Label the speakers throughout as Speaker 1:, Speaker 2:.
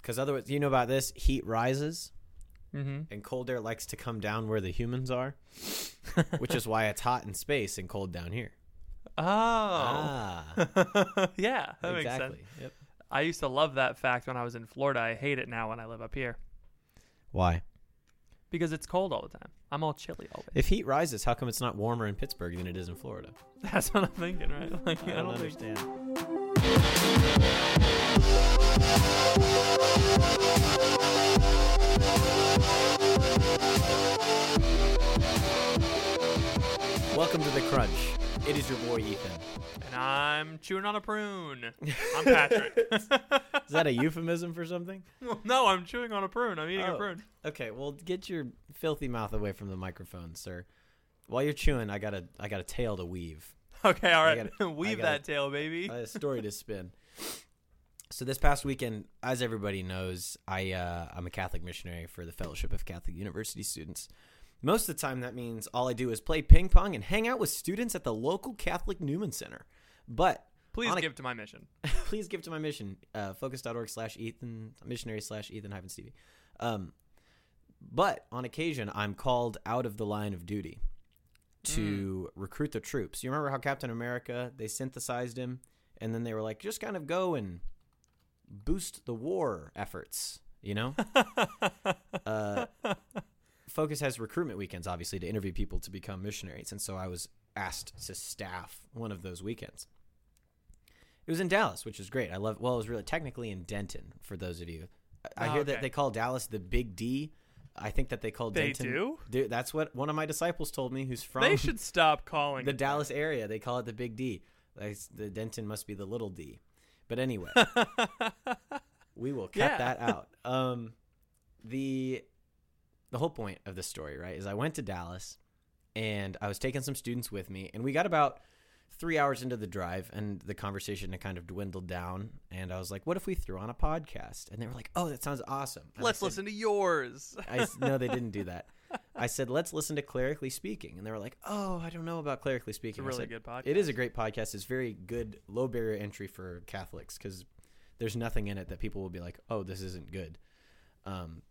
Speaker 1: Because otherwise, you know about this heat rises
Speaker 2: Mm-hmm.
Speaker 1: and cold air likes to come down where the humans are, which is why it's hot in space and cold down here.
Speaker 2: Oh.
Speaker 1: Ah,
Speaker 2: yeah, that makes sense.
Speaker 1: exactly. Yep.
Speaker 2: I used to love that fact when I was in Florida. I hate it now when I live up here
Speaker 1: Why?
Speaker 2: because it's cold all the time. I'm all chilly always.
Speaker 1: If heat rises, how come it's not warmer in Pittsburgh than it is in Florida?
Speaker 2: That's what I'm thinking, right? Like, I don't think-
Speaker 1: understand. Welcome to the Crunch. It is your boy Ethan.
Speaker 2: And I'm chewing on a prune. I'm Patrick.
Speaker 1: Is that a euphemism for something?
Speaker 2: no, I'm chewing on a prune. I'm eating a
Speaker 1: Oh,
Speaker 2: prune.
Speaker 1: Okay, well, get your filthy mouth away from the microphone, sir. While you're chewing, I got a I got a tail to weave.
Speaker 2: Okay, all right.
Speaker 1: gotta- I
Speaker 2: Weave
Speaker 1: gotta-
Speaker 2: that tail, baby.
Speaker 1: I had a story to spin. So this past weekend, as everybody knows, I uh, I'm a Catholic missionary for the Fellowship of Catholic University Students. Most of the time, that means all I do is play ping pong and hang out with students at the local Catholic Newman Center. But
Speaker 2: Please
Speaker 1: on a-
Speaker 2: give to my mission.
Speaker 1: please give to my mission uh, focus.org slash ethan missionary slash ethan hyphen stevie um, but on occasion i'm called out of the line of duty to recruit the troops you remember how captain america they synthesized him and then they were like just kind of go and boost the war efforts you know uh, focus has recruitment weekends obviously to interview people to become missionaries and so i was asked to staff one of those weekends it was in Dallas, which is great. I love. Well, it was really technically in Denton for those of you. I, I
Speaker 2: Oh,
Speaker 1: hear
Speaker 2: okay.
Speaker 1: that they call Dallas the Big D. I think that they call
Speaker 2: They
Speaker 1: Denton.
Speaker 2: do?
Speaker 1: Dude, that's what one of my disciples told me, who's from
Speaker 2: They should stop calling
Speaker 1: the
Speaker 2: it
Speaker 1: Dallas area. They call it the Big D. Like, s- the Denton must be the little D. But anyway, we will cut
Speaker 2: Yeah.
Speaker 1: that out. Um, the the whole point of this story, right, is I went to Dallas and I was taking some students with me, and we got about three hours into the drive, and the conversation had kind of dwindled down. And I was like, "What if we threw on a podcast?" And they were like, "Oh, that sounds awesome." And I
Speaker 2: Let's
Speaker 1: said-
Speaker 2: listen to yours.
Speaker 1: I s- no, they didn't do that. I said, let's listen to Clerically Speaking, and they were like, oh, I don't know about Clerically Speaking. I
Speaker 2: really
Speaker 1: said,
Speaker 2: good
Speaker 1: It is a
Speaker 2: podcast.
Speaker 1: great podcast. It's very good, low barrier entry for Catholics because there's nothing in it that people will be like, oh, this isn't good, um,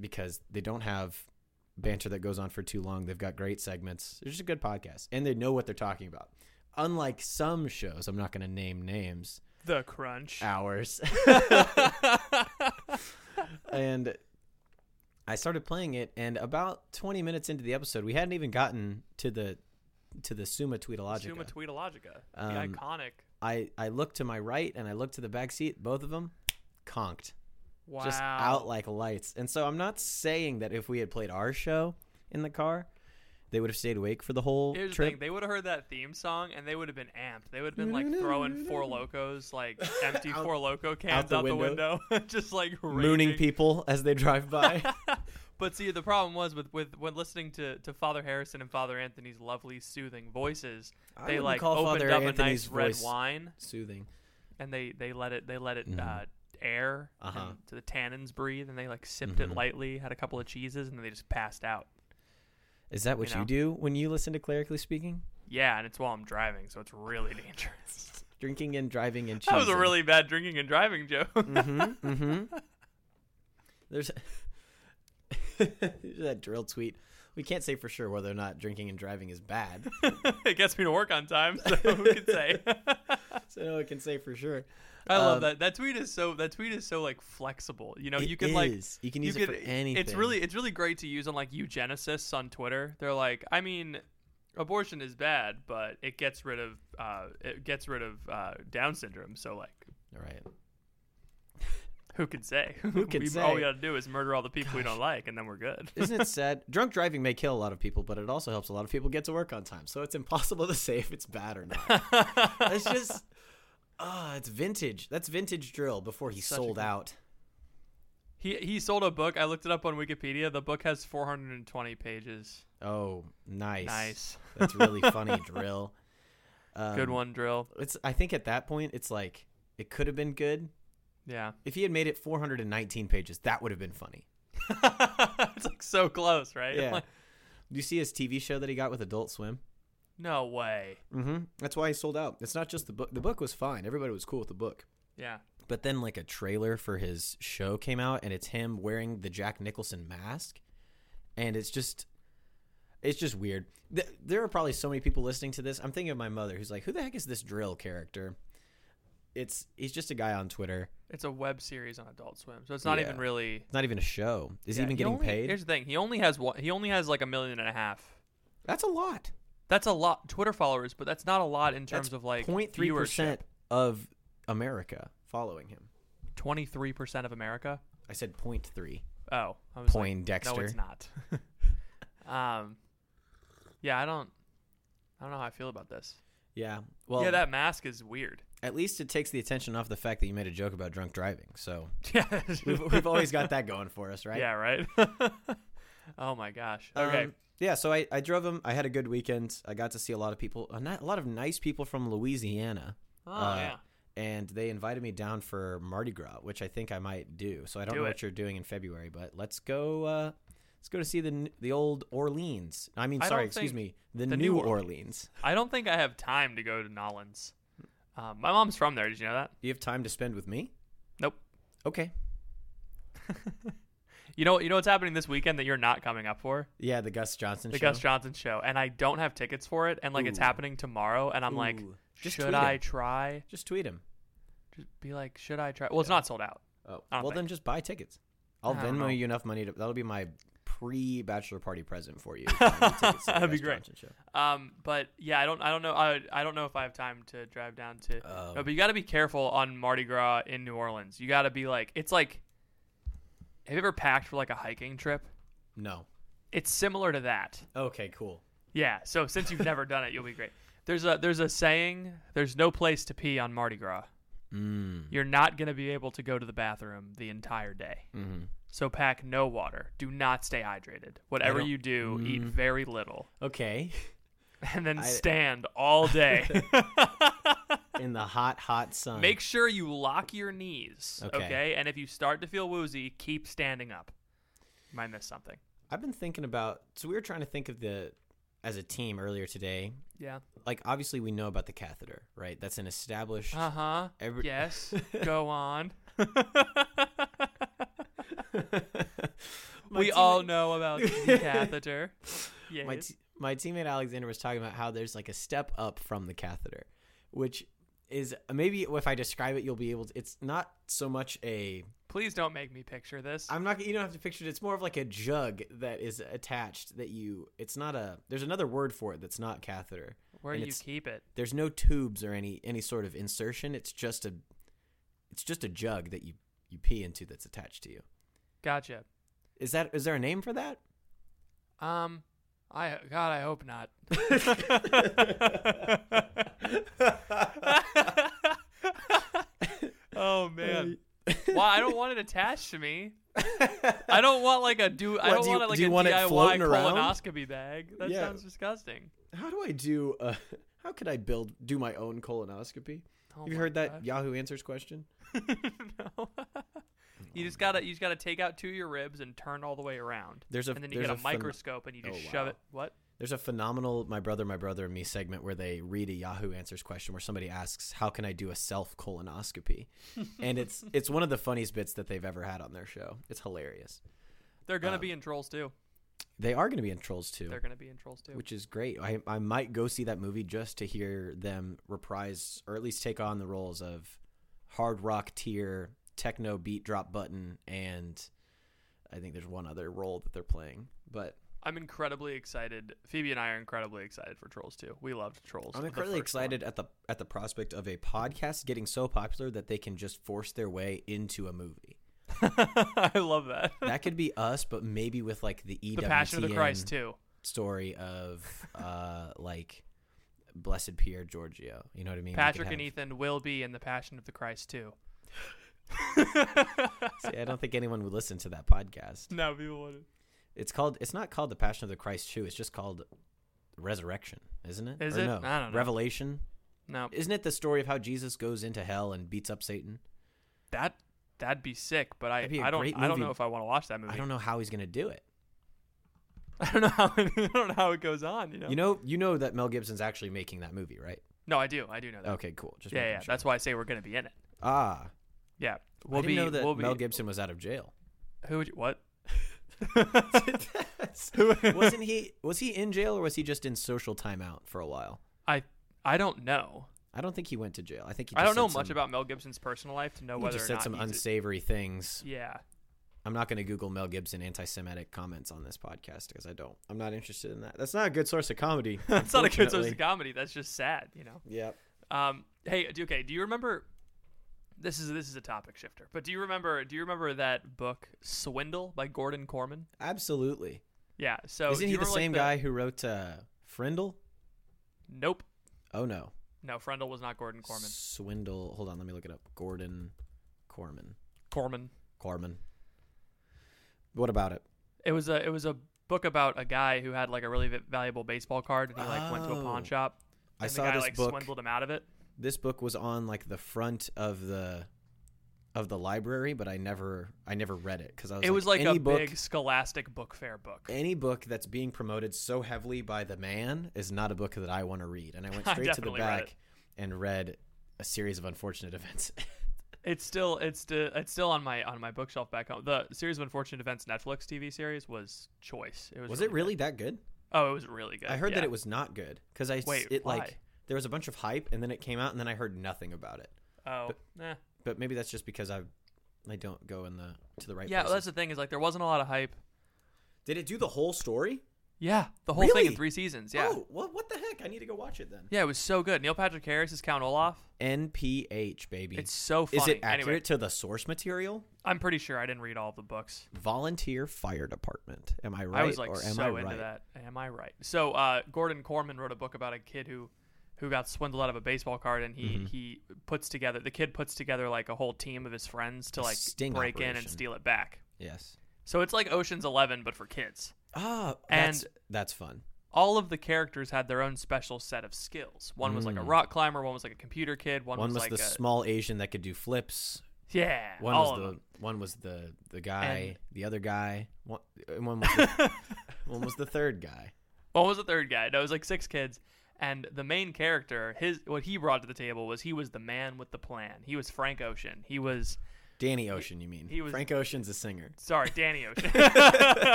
Speaker 1: because they don't have banter that goes on for too long. They've got great segments. They're just a good podcast, and they know what they're talking about. Unlike some shows, I'm not going to name names
Speaker 2: The crunch.
Speaker 1: hours. and I started playing it, and about 20 minutes into the episode, we hadn't even gotten to the to the Summa Tweetologica.
Speaker 2: Summa Tweetologica. the
Speaker 1: Um,
Speaker 2: iconic.
Speaker 1: I I looked to my right and I looked to the back seat. Both of them conked,
Speaker 2: Wow.
Speaker 1: just out like lights. And so I'm not saying that if we had played our show in the car, they would have stayed awake for the whole
Speaker 2: Here's the
Speaker 1: trip.
Speaker 2: thing: they would have heard that theme song and they would have been amped. They would have been like throwing four locos, like empty four loco cans
Speaker 1: the
Speaker 2: out the, window,
Speaker 1: window.
Speaker 2: just like
Speaker 1: Mooning
Speaker 2: raging.
Speaker 1: people as they drive by.
Speaker 2: But see, the problem was with with when listening to to Father Harrison and Father Anthony's lovely, soothing voices.
Speaker 1: I
Speaker 2: They
Speaker 1: wouldn't
Speaker 2: like
Speaker 1: call
Speaker 2: opened
Speaker 1: Father
Speaker 2: up a nice
Speaker 1: Anthony's
Speaker 2: red
Speaker 1: voice-
Speaker 2: wine
Speaker 1: Soothing.
Speaker 2: and they they let it they let it uh, air
Speaker 1: Mm-hmm. Uh-huh.
Speaker 2: and to the tannins breathe, and they like sipped it
Speaker 1: Mhm.
Speaker 2: lightly, had a couple of cheeses, and then they just passed out.
Speaker 1: Is that what
Speaker 2: You
Speaker 1: you,
Speaker 2: know?
Speaker 1: do when you listen to Clerically Speaking?
Speaker 2: Yeah, and it's while I'm driving, so it's really dangerous.
Speaker 1: Drinking and driving and cheesing.
Speaker 2: that was a really bad drinking and driving joke.
Speaker 1: Mm-hmm. mm-hmm. There's that drill tweet. We can't say for sure whether or not drinking and driving is bad,
Speaker 2: it gets me to work on time, so who can say?
Speaker 1: so no one can say for sure.
Speaker 2: I love
Speaker 1: Um,
Speaker 2: that. That tweet is so that tweet is so like flexible. You know,
Speaker 1: It
Speaker 2: you can like
Speaker 1: is. You can use it for
Speaker 2: It's
Speaker 1: anything.
Speaker 2: really it's really great to use on like eugenicists on Twitter. They're like, I mean, abortion is bad, but it gets rid of uh, it gets rid of uh, Down syndrome. So like,
Speaker 1: All right.
Speaker 2: who can say?
Speaker 1: Who can
Speaker 2: we, All
Speaker 1: say?
Speaker 2: we gotta do is murder all the people we don't like, and then we're good.
Speaker 1: Isn't it sad? Drunk driving may kill a lot of people, but it also helps a lot of people get to work on time. So it's impossible to say if it's bad or not. it's just, ah, it's vintage. That's vintage drill before he sold out.
Speaker 2: he he sold a book. I looked it up on Wikipedia. The book has 420 pages.
Speaker 1: Oh, nice.
Speaker 2: Nice.
Speaker 1: That's really funny drill. Um,
Speaker 2: good one, drill.
Speaker 1: It's. I think at that point, it's like it could have been good
Speaker 2: Yeah,
Speaker 1: if he had made it 419 pages. That would have been funny.
Speaker 2: it's like so close, right?
Speaker 1: Yeah.
Speaker 2: Like,
Speaker 1: Do you see his TV show that he got with Adult Swim?
Speaker 2: no way.
Speaker 1: Mm-hmm. That's why he sold out. It's not just the book. The book was fine. Everybody was cool with the book.
Speaker 2: Yeah.
Speaker 1: But then like a trailer for his show came out and it's him wearing the Jack Nicholson mask and it's just it's just weird. Th- there are probably so many people listening to this. I'm thinking of my mother who's like, "Who the heck is this drill character?" It's he's just a guy on Twitter.
Speaker 2: It's a web series on Adult Swim, so it's not
Speaker 1: Yeah.
Speaker 2: even really.
Speaker 1: It's not even a show. Is he
Speaker 2: Yeah,
Speaker 1: even getting
Speaker 2: only-
Speaker 1: paid?
Speaker 2: Here's the thing: he only has one, he only has like a million and a half.
Speaker 1: That's a lot.
Speaker 2: That's a lot Twitter followers, but that's not a lot in terms
Speaker 1: That's
Speaker 2: of like
Speaker 1: 0.3% of America following him.
Speaker 2: Twenty three percent of America.
Speaker 1: I said 0.3.
Speaker 2: Oh, I was like,
Speaker 1: Poindexter.
Speaker 2: No, it's not. um, yeah, I don't, I don't know how I feel about this.
Speaker 1: Yeah. Well,
Speaker 2: yeah, that mask is weird.
Speaker 1: at least it takes the attention off the fact that you made a joke about drunk driving. So
Speaker 2: Yeah,
Speaker 1: we've, we've always got that going for us, right?
Speaker 2: Yeah, right. oh my gosh. Okay.
Speaker 1: Um, yeah, so I, I drove him. I had a good weekend. I got to see a lot of people, a, ni- a lot of nice people from Louisiana.
Speaker 2: oh
Speaker 1: uh,
Speaker 2: yeah.
Speaker 1: And they invited me down for Mardi Gras, which I think I might do. So I don't
Speaker 2: Do
Speaker 1: know
Speaker 2: it.
Speaker 1: what you're doing in February, but let's go. Uh, let's go to see the n- the old Orleans. I mean,
Speaker 2: I
Speaker 1: sorry,
Speaker 2: don't
Speaker 1: excuse me,
Speaker 2: think-
Speaker 1: the,
Speaker 2: the
Speaker 1: new
Speaker 2: New
Speaker 1: Orleans.
Speaker 2: Orleans. I don't think I have time to go to Nolans. Um, my mom's from there. Did you know that?
Speaker 1: Do you have time to spend with me?
Speaker 2: Nope.
Speaker 1: Okay.
Speaker 2: You know, you know what's happening this weekend that you're not coming up for?
Speaker 1: Yeah, the Gus Johnson.
Speaker 2: the
Speaker 1: show.
Speaker 2: Gus Johnson show, and I don't have tickets for it, and like it's
Speaker 1: Ooh.
Speaker 2: happening tomorrow, and I'm like,
Speaker 1: Ooh. Just
Speaker 2: should
Speaker 1: tweet
Speaker 2: I
Speaker 1: him.
Speaker 2: try?
Speaker 1: Just tweet him.
Speaker 2: Just be like, should I try? Well, it's not sold out.
Speaker 1: Oh,
Speaker 2: I
Speaker 1: well
Speaker 2: don't
Speaker 1: then
Speaker 2: think.
Speaker 1: just buy tickets. I'll
Speaker 2: I don't know.
Speaker 1: Venmo you enough money to that'll be my pre bachelor party present for you. if I need tickets to the
Speaker 2: That'd be
Speaker 1: Gus
Speaker 2: great.
Speaker 1: Johnson show.
Speaker 2: Um, but yeah, I don't, I don't know, I, I don't know if I have time to drive down to.
Speaker 1: Oh.
Speaker 2: no, but you got to be careful on Mardi Gras in New Orleans. You got to be like, it's like, have you ever packed for like a hiking trip?
Speaker 1: No.
Speaker 2: It's similar to that.
Speaker 1: Okay, cool.
Speaker 2: Yeah. So since you've never done it, you'll be great. There's a there's a saying. There's no place to pee on Mardi Gras.
Speaker 1: Mm.
Speaker 2: You're not gonna be able to go to the bathroom the entire day.
Speaker 1: hmm
Speaker 2: So pack no water. Do not stay hydrated. Whatever
Speaker 1: don't-
Speaker 2: you do, eat
Speaker 1: Mm.
Speaker 2: very little,
Speaker 1: Okay.
Speaker 2: and then
Speaker 1: I-
Speaker 2: stand all day.
Speaker 1: In the hot, hot sun.
Speaker 2: Make sure you lock your knees,
Speaker 1: Okay.
Speaker 2: okay. And if you start to feel woozy, keep standing up. Might miss something.
Speaker 1: I've been thinking about so we were trying to think of the as a team earlier today.
Speaker 2: Yeah.
Speaker 1: Like obviously we know about the catheter, right? That's an established
Speaker 2: Uh huh.
Speaker 1: Every-
Speaker 2: Yes. Go on. we all know about the catheter. Yes.
Speaker 1: my t- my teammate Alexander was talking about how there's like a step up from the catheter, which is maybe if I describe it, you'll be able to. It's not so much a.
Speaker 2: Please don't make me picture this.
Speaker 1: I'm not. You don't have to picture it. It's more of like a jug that is attached that you. It's not a. There's another word for it that's not catheter.
Speaker 2: Where
Speaker 1: and
Speaker 2: you
Speaker 1: it's-
Speaker 2: keep it.
Speaker 1: There's no tubes or any any sort of insertion. It's just a. It's just a jug that you you pee into that's attached to you.
Speaker 2: Gotcha.
Speaker 1: Is that is there a name for that?
Speaker 2: Um, I God, I hope not. oh man. Well, I don't want it attached to me. I don't want like a do. I
Speaker 1: What,
Speaker 2: don't
Speaker 1: do you-
Speaker 2: want it like
Speaker 1: do you
Speaker 2: a
Speaker 1: want it
Speaker 2: DIY
Speaker 1: floating around?
Speaker 2: colonoscopy bag. That
Speaker 1: Yeah.
Speaker 2: sounds disgusting.
Speaker 1: How do I do? Uh, how could I build do my own colonoscopy?
Speaker 2: Oh Oh
Speaker 1: Have you
Speaker 2: my
Speaker 1: heard that
Speaker 2: God.
Speaker 1: Yahoo Answers question?
Speaker 2: no.
Speaker 1: Oh,
Speaker 2: you just gotta you just gotta take out two of your ribs and turn all the way around.
Speaker 1: There's a-
Speaker 2: and then you
Speaker 1: there's
Speaker 2: get a,
Speaker 1: a phen-
Speaker 2: microscope and you just
Speaker 1: Oh,
Speaker 2: shove
Speaker 1: wow.
Speaker 2: it. What?
Speaker 1: There's a phenomenal My Brother, My Brother and Me segment where they read a Yahoo Answers question where somebody asks, How can I do a self colonoscopy? and it's it's one of the funniest bits that they've ever had on their show. It's hilarious.
Speaker 2: They're gonna
Speaker 1: Uh,
Speaker 2: be in Trolls too.
Speaker 1: They are gonna be in Trolls too.
Speaker 2: They're gonna be in Trolls too.
Speaker 1: Which is great. I, I might go see that movie just to hear them reprise or at least take on the roles of hard rock tier, techno beat drop button, and I think there's one other role that they're playing. But
Speaker 2: I'm incredibly excited. Phoebe and I are incredibly excited for Trolls too. We loved Trolls.
Speaker 1: I'm
Speaker 2: the
Speaker 1: incredibly
Speaker 2: first one.
Speaker 1: excited at the at the prospect of a podcast getting so popular that they can just force their way into a movie.
Speaker 2: I love that.
Speaker 1: That E could be us, but maybe with like the EWTN
Speaker 2: the Passion of the Christ too.
Speaker 1: story of uh like Blessed Pierre Giorgio. You know what I mean? We could
Speaker 2: Patrick and
Speaker 1: have-
Speaker 2: Ethan will be in the Passion of the Christ too.
Speaker 1: See, I don't think anyone would listen to that podcast.
Speaker 2: No, people wouldn't.
Speaker 1: It's called. It's not called the Passion of the Christ too. It's just called Resurrection, isn't it?
Speaker 2: Is
Speaker 1: Or
Speaker 2: it?
Speaker 1: No,
Speaker 2: I don't know. Oh.
Speaker 1: Revelation.
Speaker 2: No,
Speaker 1: Isn't it the story of how Jesus goes into hell and beats up Satan?
Speaker 2: that that'd be sick. But I,
Speaker 1: That'd be a
Speaker 2: I don't
Speaker 1: great
Speaker 2: I don't
Speaker 1: movie.
Speaker 2: know if I want to watch that movie.
Speaker 1: I don't know how he's gonna do it.
Speaker 2: I don't know how I don't know how it goes on. You know.
Speaker 1: You know, you know that Mel Gibson's actually making that movie, right?
Speaker 2: No, I do. I do know that.
Speaker 1: Okay, cool. Just
Speaker 2: yeah,
Speaker 1: making
Speaker 2: yeah.
Speaker 1: sure.
Speaker 2: That's why I say we're gonna be in it.
Speaker 1: ah.
Speaker 2: Yeah,
Speaker 1: We'll
Speaker 2: we'll
Speaker 1: I didn't
Speaker 2: be.
Speaker 1: know that
Speaker 2: we'll be.
Speaker 1: Mel Gibson was out of jail.
Speaker 2: Who? Would you, what?
Speaker 1: Wasn't he? Was he in jail or was he just in social timeout for a while?
Speaker 2: I I don't know.
Speaker 1: I don't think he went to jail. I think he. Just
Speaker 2: I don't know
Speaker 1: said
Speaker 2: much
Speaker 1: some-
Speaker 2: about Mel Gibson's personal life to know
Speaker 1: He
Speaker 2: whether
Speaker 1: just
Speaker 2: or
Speaker 1: said
Speaker 2: not
Speaker 1: some
Speaker 2: he's a-
Speaker 1: unsavory things.
Speaker 2: Yeah,
Speaker 1: I'm not going to Google Mel Gibson anti-Semitic comments on this podcast because I don't. I'm not interested in that. That's not a good source of comedy.
Speaker 2: it's not a good source
Speaker 1: unfortunately.
Speaker 2: of comedy. That's just sad, you know.
Speaker 1: Yep.
Speaker 2: Um, hey, do okay. Do you remember? This is this is a topic shifter. But do you remember? Do you remember that book Swindle by Gordon Corman?
Speaker 1: Absolutely.
Speaker 2: Yeah. So do
Speaker 1: Isn't he
Speaker 2: you
Speaker 1: the
Speaker 2: remember, like,
Speaker 1: same guy who wrote uh, Frindle?
Speaker 2: Nope.
Speaker 1: Oh no,
Speaker 2: No, Frendel was not Gordon Corman.
Speaker 1: Swindle. Hold on, let me look it up. Gordon Corman.
Speaker 2: Corman.
Speaker 1: Corman. What about it?
Speaker 2: It was a it was a book about a guy who had like a really v- valuable baseball card and he like went to a pawn
Speaker 1: Oh.
Speaker 2: shop.
Speaker 1: I
Speaker 2: And
Speaker 1: saw
Speaker 2: the guy
Speaker 1: this
Speaker 2: like
Speaker 1: book.
Speaker 2: swindled him out of it.
Speaker 1: This book was on like the front of the of the library, but I never I never read it because I was.
Speaker 2: it was like
Speaker 1: any
Speaker 2: a
Speaker 1: book, Eh.
Speaker 2: big scholastic book fair book.
Speaker 1: any book that's being promoted so heavily by the man is not a book that I want to read. And I went
Speaker 2: I
Speaker 1: straight to the
Speaker 2: definitely read
Speaker 1: back
Speaker 2: it.
Speaker 1: and read a series of unfortunate events.
Speaker 2: It's still it's sti- it's still on my on my bookshelf back home. The series of unfortunate events Netflix TV series was choice. It was,
Speaker 1: was it really that good?
Speaker 2: good. Oh, it was really good.
Speaker 1: I heard
Speaker 2: yeah.
Speaker 1: that it was not good because I s-
Speaker 2: Wait,
Speaker 1: it
Speaker 2: why?
Speaker 1: like there was a bunch of hype and then it came out and then I heard nothing about it.
Speaker 2: Oh, eh.
Speaker 1: But maybe that's just because I I don't go in the to the right.
Speaker 2: yeah. Well,
Speaker 1: places.
Speaker 2: that's the thing is like there wasn't a lot of hype.
Speaker 1: Did it do the whole story?
Speaker 2: Yeah, the whole thing in
Speaker 1: Really?
Speaker 2: three seasons. Yeah,
Speaker 1: Oh, well, what the heck? I need to go watch it then.
Speaker 2: yeah, it was so good. Neil Patrick Harris is Count Olaf.
Speaker 1: NPH baby.
Speaker 2: It's so funny.
Speaker 1: Is it
Speaker 2: Anyway.
Speaker 1: accurate to the source material?
Speaker 2: I'm pretty sure I didn't read all the books.
Speaker 1: Volunteer fire department. Am I right?
Speaker 2: I was like
Speaker 1: or am
Speaker 2: so
Speaker 1: I
Speaker 2: into
Speaker 1: right?
Speaker 2: that. Am I right? So uh, Gordon Corman wrote a book about a kid who who got swindled out of a baseball card, and he
Speaker 1: Mm-hmm.
Speaker 2: he puts together the kid puts together like a whole team of his friends to like
Speaker 1: sting
Speaker 2: break in and
Speaker 1: operation.
Speaker 2: steal it back.
Speaker 1: Yes.
Speaker 2: So it's like Ocean's Eleven, but for kids.
Speaker 1: Ah,
Speaker 2: And-
Speaker 1: that's, that's fun.
Speaker 2: All of the characters had their own special set of skills. One was like a rock climber, one was like a computer kid, one,
Speaker 1: Mm. One was,
Speaker 2: like
Speaker 1: the
Speaker 2: a
Speaker 1: small Asian that could do flips.
Speaker 2: yeah.
Speaker 1: One
Speaker 2: all
Speaker 1: was
Speaker 2: of
Speaker 1: the
Speaker 2: them.
Speaker 1: one was the the guy,
Speaker 2: And-
Speaker 1: the other guy. One, and one was the, one was the third guy.
Speaker 2: What was the third guy? No, it was like six kids. And the main character, his what he brought to the table was he was the man with the plan. He was Frank Ocean. He was
Speaker 1: Danny Ocean, you mean?
Speaker 2: he was-
Speaker 1: Frank Ocean's a singer.
Speaker 2: sorry, Danny Ocean.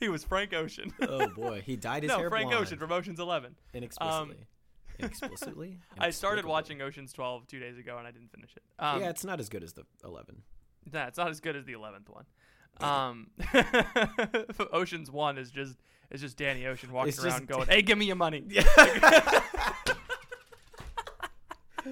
Speaker 2: he was Frank Ocean.
Speaker 1: Oh boy, he dyed his
Speaker 2: no,
Speaker 1: hair
Speaker 2: Frank
Speaker 1: blonde.
Speaker 2: Ocean from Ocean's Eleven.
Speaker 1: inexplicably. inexplicably.
Speaker 2: I started
Speaker 1: Inexplicably.
Speaker 2: watching Ocean's Twelve two days ago and I didn't finish it. Um,
Speaker 1: yeah, it's not as good as the eleven.
Speaker 2: Nah, it's not as good as the eleventh one. Um, Ocean's One is just is just Danny Ocean walking
Speaker 1: It's
Speaker 2: around
Speaker 1: just-
Speaker 2: going, "Hey, give me your money."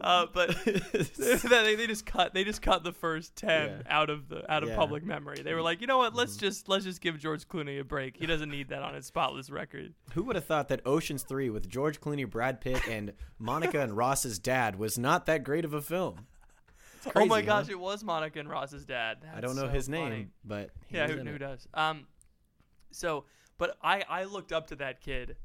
Speaker 2: uh, but they, they just cut they just cut the first ten out of the out of
Speaker 1: Yeah. Mm-hmm.
Speaker 2: public memory. They were like, you know what? Let's just let's just give George Clooney a break. He doesn't need that on his spotless record.
Speaker 1: Who would have thought that Ocean's Three with George Clooney, Brad Pitt, and Monica and Ross's dad was not that great of a film? It's
Speaker 2: oh my
Speaker 1: crazy, huh?
Speaker 2: gosh, it was Monica and Ross's dad.
Speaker 1: I
Speaker 2: That's
Speaker 1: don't know
Speaker 2: so
Speaker 1: his
Speaker 2: funny.
Speaker 1: name, but he
Speaker 2: yeah,
Speaker 1: was
Speaker 2: who,
Speaker 1: in
Speaker 2: who
Speaker 1: it.
Speaker 2: does? Um, so, but I I looked up to that kid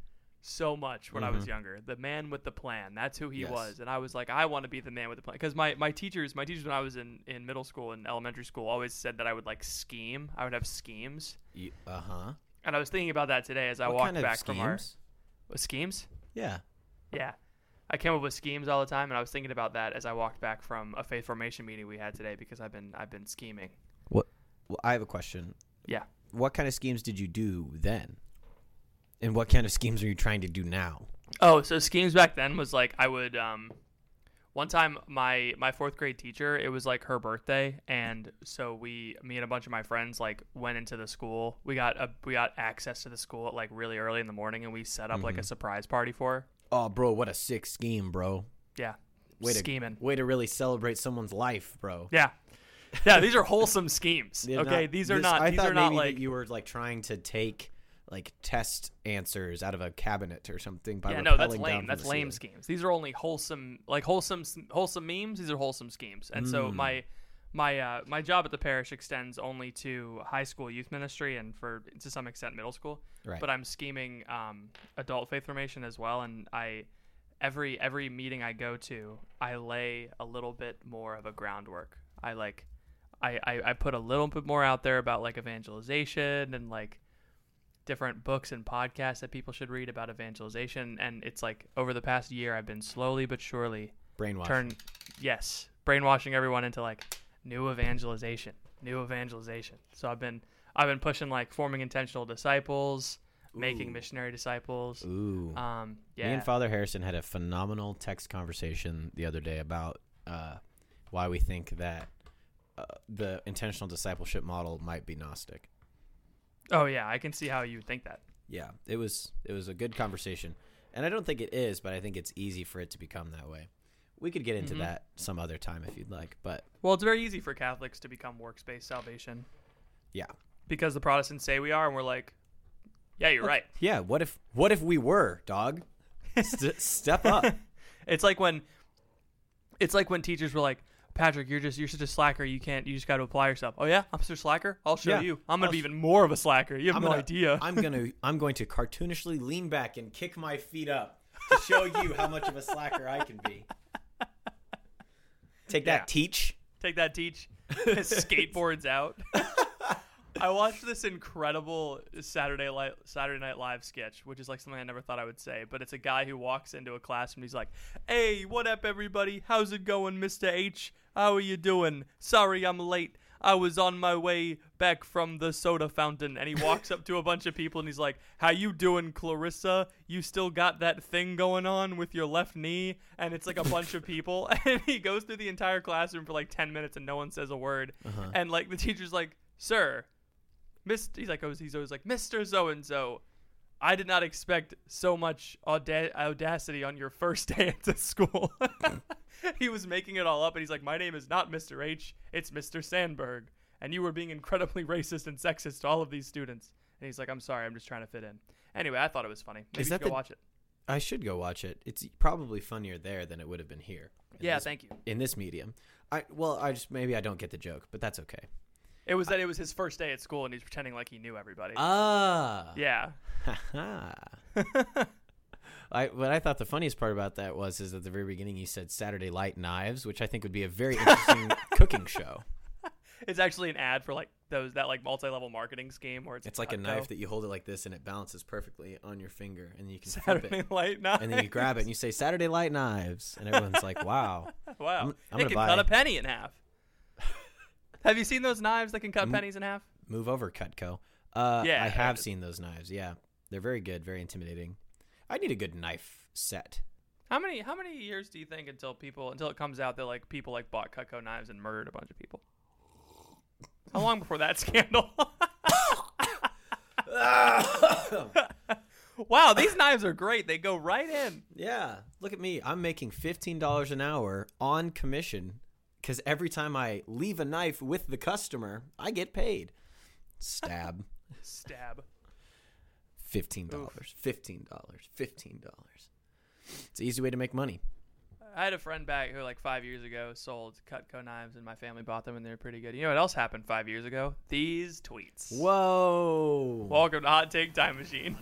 Speaker 2: so much when I was younger. The man with the plan. That's who he
Speaker 1: Mm-hmm. Yes.
Speaker 2: was. And I was like, I want to be the man with the plan. Because my, my teachers, my teachers when I was in, in middle school and elementary school always said that I would like scheme. I would have schemes.
Speaker 1: Uh huh.
Speaker 2: And I was thinking about that today as I
Speaker 1: what
Speaker 2: walked
Speaker 1: kind of
Speaker 2: back
Speaker 1: schemes?
Speaker 2: from our What, schemes.
Speaker 1: Yeah.
Speaker 2: Yeah. I came up with schemes all the time and I was thinking about that as I walked back from a faith formation meeting we had today because I've been I've been scheming.
Speaker 1: What? Well, I have a question.
Speaker 2: Yeah.
Speaker 1: What kind of schemes did you do then? And what kind of schemes are you trying to do now?
Speaker 2: Oh, so schemes back then was like I would um one time my my fourth grade teacher, it was like her birthday and so we me and a bunch of my friends like went into the school. We got a we got access to the school at like really early in the morning and we set up
Speaker 1: Mm-hmm.
Speaker 2: like a surprise party for her.
Speaker 1: Oh, bro, what a sick scheme, bro.
Speaker 2: Yeah.
Speaker 1: Way to,
Speaker 2: Scheming.
Speaker 1: Way to really celebrate someone's life, bro.
Speaker 2: Yeah. Yeah, these are wholesome schemes.
Speaker 1: They're
Speaker 2: okay,
Speaker 1: not-
Speaker 2: these are
Speaker 1: this-
Speaker 2: not
Speaker 1: I
Speaker 2: these
Speaker 1: thought
Speaker 2: are not
Speaker 1: maybe that
Speaker 2: like
Speaker 1: you were like trying to take like test answers out of a cabinet or something. By
Speaker 2: yeah, no, that's
Speaker 1: rappelling down
Speaker 2: lame.
Speaker 1: from
Speaker 2: That's
Speaker 1: the ceiling.
Speaker 2: lame schemes. These are only wholesome, like wholesome, wholesome memes. These are wholesome schemes. And so
Speaker 1: Mm.
Speaker 2: my, my, uh, my job at the parish extends only to high school youth ministry and for to some extent middle school.
Speaker 1: Right.
Speaker 2: But I'm scheming um, adult faith formation as well, and I. Every every meeting I go to, I lay a little bit more of a groundwork. I like, I, I, I put a little bit more out there about like evangelization and like different books and podcasts that people should read about evangelization and it's like over the past year I've been slowly but surely
Speaker 1: Brainwash.
Speaker 2: turn yes brainwashing everyone into like new evangelization new evangelization so I've been I've been pushing like forming intentional disciples making missionary disciples
Speaker 1: Ooh.
Speaker 2: um yeah
Speaker 1: Me and Father Harrison had a phenomenal text conversation the other day about uh, why we think that uh, the intentional discipleship model might be Gnostic.
Speaker 2: oh yeah I can see how you think that
Speaker 1: Yeah, it was it was a good conversation, and I don't think it is, but I think it's easy for it to become that way. We could get into
Speaker 2: Mm-hmm.
Speaker 1: that some other time if you'd like, but
Speaker 2: well it's very easy for Catholics to become works-based salvation
Speaker 1: yeah,
Speaker 2: because the Protestants say we are and we're like yeah you're right
Speaker 1: yeah. What if what if we were dog? St- step up.
Speaker 2: It's like when it's like when teachers were like, Patrick, you're just you're such a slacker. You can't. You just got to apply yourself. Oh yeah, I'm such a slacker. I'll show
Speaker 1: Yeah,
Speaker 2: you. I'm gonna
Speaker 1: I'll
Speaker 2: be
Speaker 1: sh-
Speaker 2: even more of a slacker. You have
Speaker 1: I'm
Speaker 2: no
Speaker 1: gonna-
Speaker 2: idea.
Speaker 1: I'm gonna I'm going to cartoonishly lean back and kick my feet up to show you how much of a slacker I can be. Take that,
Speaker 2: Yeah.
Speaker 1: teach.
Speaker 2: Take that, teach. Skateboards out. I watched this incredible Saturday Li- Saturday Night Live sketch, which is like something I never thought I would say. But it's a guy who walks into a classroom. He's like, "Hey, what up, everybody? How's it going, Mister H? How are you doing? Sorry, I'm late. I was on my way back from the soda fountain." And he walks up to a bunch of people and he's like, "How you doing, Clarissa? You still got that thing going on with your left knee?" And it's like a bunch of people, and he goes through the entire classroom for like ten minutes, and no one says a word. And like the teacher's like, "Sir." Mr. He's like, always- he's always like, Mr. So and So, I did not expect so much auda- audacity on your first day at school. he was making it all up, and he's like, my name is not Mr. H, it's Mr. Sandberg, and you were being incredibly racist and sexist to all of these students. And he's like, I'm sorry, I'm just trying to fit in. Anyway, I thought it was funny. Maybe
Speaker 1: Is
Speaker 2: you
Speaker 1: that
Speaker 2: should go
Speaker 1: the-
Speaker 2: watch it.
Speaker 1: I should go watch it. It's probably funnier there than it would have been here. in
Speaker 2: Yeah,
Speaker 1: this-
Speaker 2: thank you.
Speaker 1: In this medium, I well, I just maybe I don't get the joke, but that's okay.
Speaker 2: It was that it was his first day at school, and he's pretending like he knew everybody.
Speaker 1: Ah,
Speaker 2: yeah.
Speaker 1: yeah. I, what I thought the funniest part about that was is at the very beginning you said Saturday Light Knives, which I think would be a very interesting cooking show.
Speaker 2: It's actually an ad for like those that like multi-level marketing scheme where it's,
Speaker 1: It's like a
Speaker 2: Cutco.
Speaker 1: knife that you hold it like this and it balances perfectly on your finger and you can flip
Speaker 2: Saturday
Speaker 1: it.
Speaker 2: Night Night.
Speaker 1: And then you grab it and you say Saturday Light Knives and everyone's like, "Wow."
Speaker 2: Wow.
Speaker 1: I'm- I'm
Speaker 2: they
Speaker 1: gonna
Speaker 2: can
Speaker 1: buy-
Speaker 2: cut a penny in half. Have you seen those knives that can
Speaker 1: Mm.
Speaker 2: cut pennies in half?
Speaker 1: Move over Cutco. Uh
Speaker 2: Yeah.
Speaker 1: I have seen those knives. Yeah. They're very good, very intimidating. I need a good knife set.
Speaker 2: How many how many years do you think until people until it comes out that like people like bought Cutco knives and murdered a bunch of people? How long before that scandal? wow, these knives are great. They go right in.
Speaker 1: Yeah. Look at me. I'm making $15 an hour on commission cuz every time I leave a knife with the customer, I get paid. Stab.
Speaker 2: Stab.
Speaker 1: $15. $15. $15. It's an easy way to make money.
Speaker 2: I had a friend back who like five years ago sold Cutco knives and my family bought them and they're pretty good. You know what else happened five years ago? These tweets.
Speaker 1: Whoa.
Speaker 2: Welcome to Hot Take Time Machine.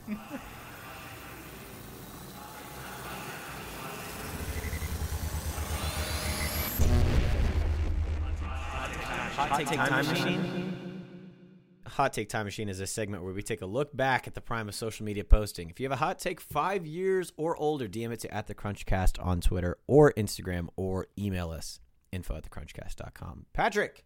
Speaker 1: Hot Take Time Machine. Hot Take Time Machine is a segment where we take a look back at the prime of social media posting. If you have a hot take five years or older, DM it to at the Crunchcast on Twitter or Instagram or email us info at thecrunchcast.com. Patrick,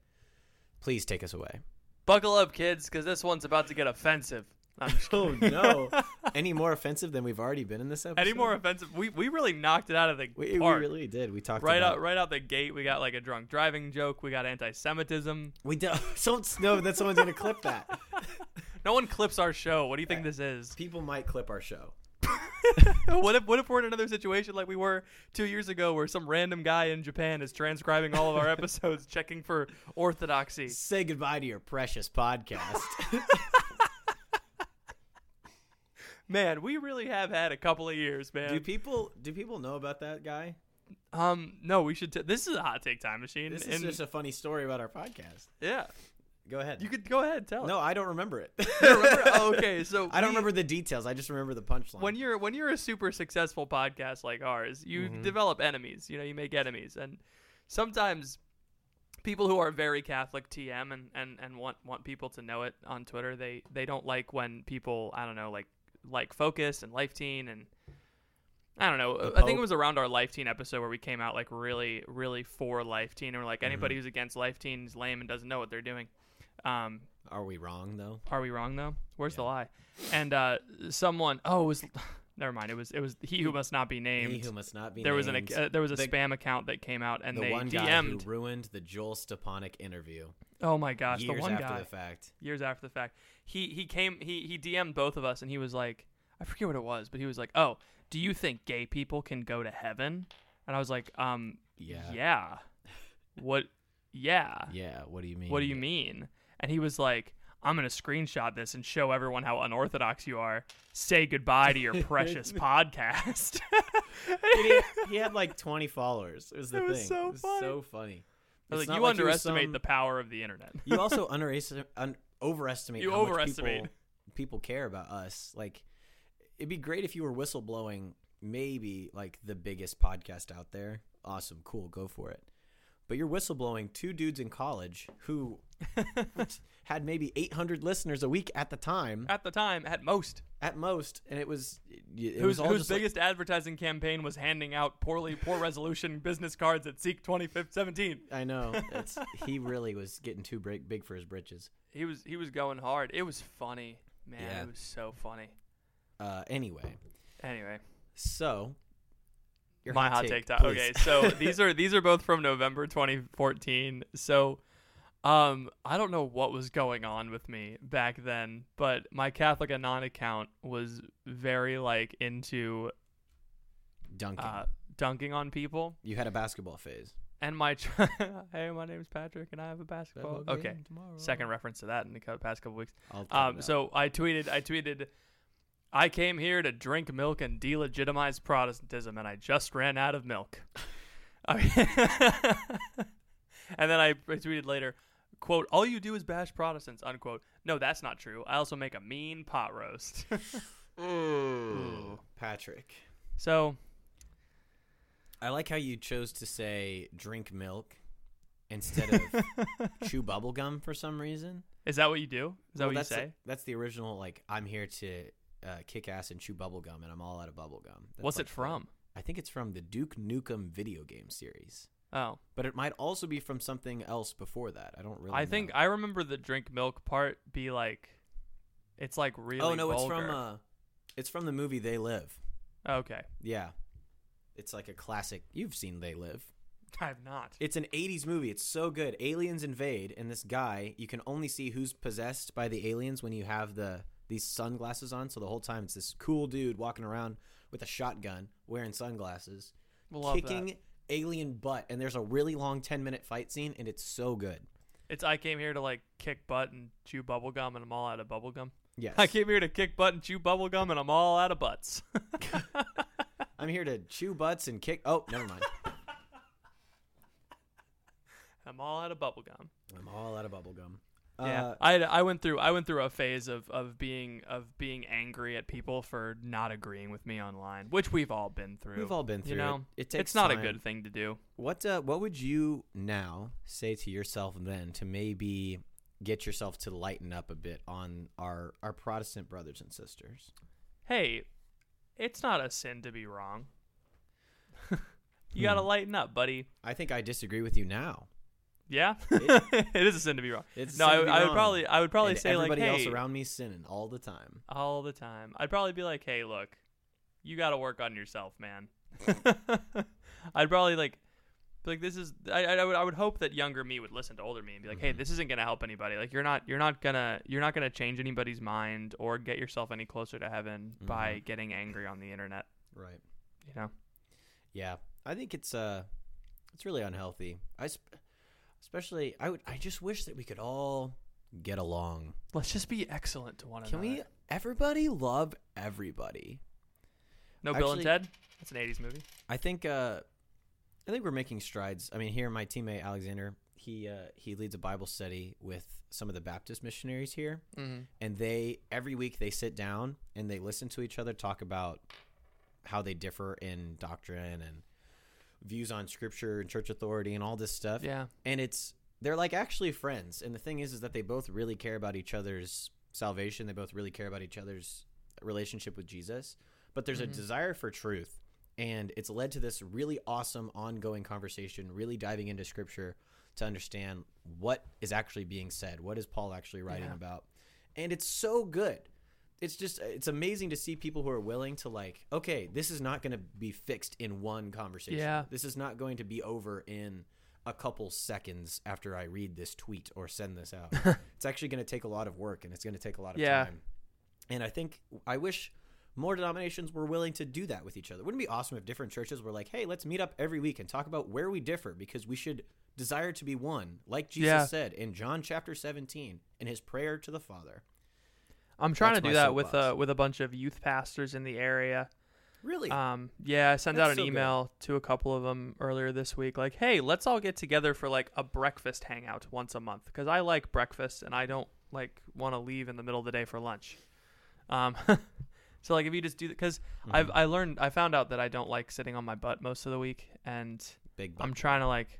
Speaker 1: please take us away.
Speaker 2: Buckle up, kids, because this one's about to get offensive. I'm just
Speaker 1: Oh
Speaker 2: kidding.
Speaker 1: no! Any more offensive than we've already been in this episode?
Speaker 2: Any more offensive? We, we really knocked it out of the
Speaker 1: We, we
Speaker 2: park.
Speaker 1: really did. We talked
Speaker 2: right
Speaker 1: about
Speaker 2: out right out the gate, we got like a drunk driving joke. We got anti-Semitism.
Speaker 1: We don't. Don't know that someone's gonna clip that.
Speaker 2: No one clips our show. What do you think this is?
Speaker 1: People might clip our show.
Speaker 2: what if what if we're in another situation like we were two years ago, where some random guy in Japan is transcribing all of our episodes, checking for orthodoxy?
Speaker 1: Say goodbye to your precious podcast.
Speaker 2: Man, we really have had a couple of years, man.
Speaker 1: do people do people know about that guy?
Speaker 2: um, no, we should. T- this is a hot take time machine.
Speaker 1: This is
Speaker 2: and-
Speaker 1: just a funny story about our podcast.
Speaker 2: yeah.
Speaker 1: Go ahead.
Speaker 2: You could go ahead and tell.
Speaker 1: no,
Speaker 2: it.
Speaker 1: I don't remember it.
Speaker 2: remember? Oh, okay, so
Speaker 1: I don't
Speaker 2: we-
Speaker 1: remember the details. I just remember the punchline.
Speaker 2: when you're when you're a super successful podcast like ours, you
Speaker 1: Mm-hmm.
Speaker 2: develop enemies. You know, you make enemies, and sometimes people who are very Catholic TM and, and, and want want people to know it on Twitter, they they don't like when people I don't know like like Focus and Life Teen and I don't know. I think
Speaker 1: Pope.
Speaker 2: it was around our Life Teen episode where we came out like really really for Life Teen and we're
Speaker 1: Mm-hmm.
Speaker 2: like anybody who's against Life Teen is lame and doesn't know what they're doing. Um,
Speaker 1: are we wrong though?
Speaker 2: are we wrong though? Where's the lie? And uh, someone, oh, it was never mind. It was it was he who must not be named.
Speaker 1: He who must not be
Speaker 2: there was an
Speaker 1: named.
Speaker 2: ac- uh, there was a
Speaker 1: the,
Speaker 2: spam account that came out and
Speaker 1: The
Speaker 2: they
Speaker 1: one guy who
Speaker 2: DM'd.
Speaker 1: ruined the Joel Stepanek interview
Speaker 2: oh my gosh,
Speaker 1: years
Speaker 2: the one
Speaker 1: after
Speaker 2: guy
Speaker 1: the fact.
Speaker 2: years after the fact. He he came he he DM'd both of us and he was like, I forget what it was, but he was like, oh, do you think gay people can go to heaven? And I was like, um,
Speaker 1: Yeah.
Speaker 2: yeah, what, yeah,
Speaker 1: Yeah. What do you mean?
Speaker 2: what do you mean? And he was like, I'm going to screenshot this and show everyone how unorthodox you are. Say goodbye to your precious podcast.
Speaker 1: he, he had like 20 followers. It was the
Speaker 2: It was
Speaker 1: thing.
Speaker 2: so
Speaker 1: it was
Speaker 2: funny.
Speaker 1: so funny.
Speaker 2: I was
Speaker 1: It's
Speaker 2: like,
Speaker 1: not he
Speaker 2: you
Speaker 1: was
Speaker 2: underestimate
Speaker 1: some-
Speaker 2: the power of the internet.
Speaker 1: you also underestim- un- overestimate
Speaker 2: You
Speaker 1: how much
Speaker 2: overestimate.
Speaker 1: people, people care about us. Like, it'd be great if you were whistleblowing, maybe like the biggest podcast out there. Awesome, cool, go for it. But you're whistleblowing two dudes in college who had maybe 800 listeners a week at the time,
Speaker 2: At the time, at most,
Speaker 1: at most, and it was it, it was
Speaker 2: whose,
Speaker 1: all
Speaker 2: whose
Speaker 1: just like-
Speaker 2: biggest advertising campaign was handing out poorly poor resolution business cards at Seek 2017.
Speaker 1: I know it's, he really was getting too big, big for his britches.
Speaker 2: He was he was going hard. It was funny, man.
Speaker 1: Yeah.
Speaker 2: It was so funny.
Speaker 1: Uh, anyway,
Speaker 2: Anyway,
Speaker 1: so your
Speaker 2: my hot take, time.
Speaker 1: please.
Speaker 2: Okay, so these are these are both from November 2014. So um I don't know what was going on with me back then, but my Catholic Anon account was very like into
Speaker 1: Duncan.
Speaker 2: uh dunking on people
Speaker 1: You had a basketball phase.
Speaker 2: and my tr- Hey, my name's Patrick and I have a basketball.
Speaker 1: Basketball
Speaker 2: Okay.
Speaker 1: game tomorrow.
Speaker 2: Second reference to that in the co- past couple weeks.
Speaker 1: I'll talk
Speaker 2: Um
Speaker 1: about
Speaker 2: so I tweeted I tweeted I came here to drink milk and delegitimize Protestantism, and I just ran out of milk. I mean- and then I tweeted later, quote, all you do is bash Protestants, unquote. No, that's not true. I also make a mean pot roast.
Speaker 1: Patrick.
Speaker 2: so,
Speaker 1: I like how you chose to say drink milk instead of chew bubble gum for some reason.
Speaker 2: is that what you do? Is that
Speaker 1: Well,
Speaker 2: what you
Speaker 1: that's
Speaker 2: say?
Speaker 1: that's the original like I'm here to uh, kick ass and chew bubble gum and I'm all out of bubble gum. That's
Speaker 2: What's
Speaker 1: like
Speaker 2: it
Speaker 1: the-
Speaker 2: from?
Speaker 1: I think it's from the Duke Nukem video game series.
Speaker 2: Oh,
Speaker 1: But it might also be from something else before that. I don't really
Speaker 2: I think
Speaker 1: know.
Speaker 2: I remember the drink milk part be like, it's like really.
Speaker 1: Oh no, it's from
Speaker 2: vulgar.
Speaker 1: uh it's from the movie They Live.
Speaker 2: Okay,
Speaker 1: Yeah. It's like a classic. You've seen They Live.
Speaker 2: I've not.
Speaker 1: It's an 80s movie. It's so good. Aliens invade, and this guy, you can only see who's possessed by the aliens when you have the these sunglasses on. So the whole time, it's this cool dude walking around with a shotgun, wearing sunglasses,
Speaker 2: Love that.
Speaker 1: kicking alien butt. And there's a really long 10 minute fight scene, and it's so good.
Speaker 2: It's I came here to like kick butt and chew bubble gum and I'm all out of bubble gum.
Speaker 1: Yes.
Speaker 2: I came here to kick butt and chew bubble gum and I'm all out of butts.
Speaker 1: I'm here to chew butts and kick. Oh, never mind.
Speaker 2: I'm all out of bubble gum.
Speaker 1: I'm all out of bubble gum.
Speaker 2: Yeah,
Speaker 1: Uh,
Speaker 2: I had, I went through I went through a phase of, of being of being angry at people for not agreeing with me online, which we've all been through.
Speaker 1: We've all been through
Speaker 2: You
Speaker 1: it.
Speaker 2: know,
Speaker 1: It takes
Speaker 2: it's not
Speaker 1: time.
Speaker 2: a good thing to do.
Speaker 1: What uh, what would you now say to yourself then to maybe get yourself to lighten up a bit on our our Protestant brothers and sisters?
Speaker 2: Hey, it's not a sin to be wrong. you gotta
Speaker 1: Hmm.
Speaker 2: lighten up, buddy.
Speaker 1: I think I disagree with you now.
Speaker 2: Yeah, it is a sin to be wrong.
Speaker 1: It's a
Speaker 2: no,
Speaker 1: sin
Speaker 2: I,
Speaker 1: to be
Speaker 2: I would
Speaker 1: wrong.
Speaker 2: probably I would probably
Speaker 1: And
Speaker 2: say like,
Speaker 1: everybody
Speaker 2: hey,
Speaker 1: else around me sinning all the time.
Speaker 2: all the time. I'd probably be like, "Hey, look, you got to work on yourself, man." I'd probably like, be like this is. I, I I would I would hope that younger me would listen to older me and be like,
Speaker 1: Mm-hmm.
Speaker 2: "Hey, this isn't gonna help anybody. Like, you're not you're not gonna you're not gonna change anybody's mind or get yourself any closer to heaven
Speaker 1: Mm-hmm.
Speaker 2: by getting angry on the internet."
Speaker 1: Right.
Speaker 2: You know,
Speaker 1: Yeah. I think it's uh it's really unhealthy. I sp- especially I would I just wish that we could all get along.
Speaker 2: let's just be excellent to one
Speaker 1: Can
Speaker 2: another.
Speaker 1: we everybody love everybody?
Speaker 2: No, Bill and
Speaker 1: actually-
Speaker 2: Ted. That's an '80s movie.
Speaker 1: I think uh, I think we're making strides. I mean, here my teammate Alexander, he uh, he leads a Bible study with some of the Baptist missionaries here, and they every week they sit down and they listen to each other talk about how they differ in doctrine and views on scripture and church authority and all this stuff.
Speaker 2: Yeah.
Speaker 1: and it's they're like actually friends. And the thing is, is that they both really care about each other's salvation. They both really care about each other's relationship with Jesus. But there's a desire for truth, and it's led to this really awesome ongoing conversation. Really diving into scripture to understand what is actually being said. What is Paul actually writing about? And it's so good it's just it's amazing to see people who are willing to like okay this is not going to be fixed in one conversation
Speaker 2: Yeah.
Speaker 1: this is not going to be over in a couple seconds after i read this tweet or send this out it's actually going to take a lot of work and it's going to take a lot of
Speaker 2: Yeah.
Speaker 1: time and i think i wish more denominations were willing to do that with each other wouldn't it be awesome if different churches were like hey let's meet up every week and talk about where we differ because we should desire to be one like jesus
Speaker 2: Yeah.
Speaker 1: said in john chapter 17 in his prayer to the father
Speaker 2: I'm trying
Speaker 1: That's my
Speaker 2: to do that with
Speaker 1: soapbox.
Speaker 2: uh, with a bunch of youth pastors in the area.
Speaker 1: really
Speaker 2: Um, yeah, I sent
Speaker 1: That's
Speaker 2: out an
Speaker 1: so good.
Speaker 2: email to a couple of them earlier this week, like, hey, let's all get together for like a breakfast hangout once a month because I like breakfast and I don't like want to leave in the middle of the day for lunch. Um, so like if you just do because
Speaker 1: Mm-hmm.
Speaker 2: I've I learned I found out that I don't like sitting on my butt most of the week and
Speaker 1: big
Speaker 2: I'm trying to like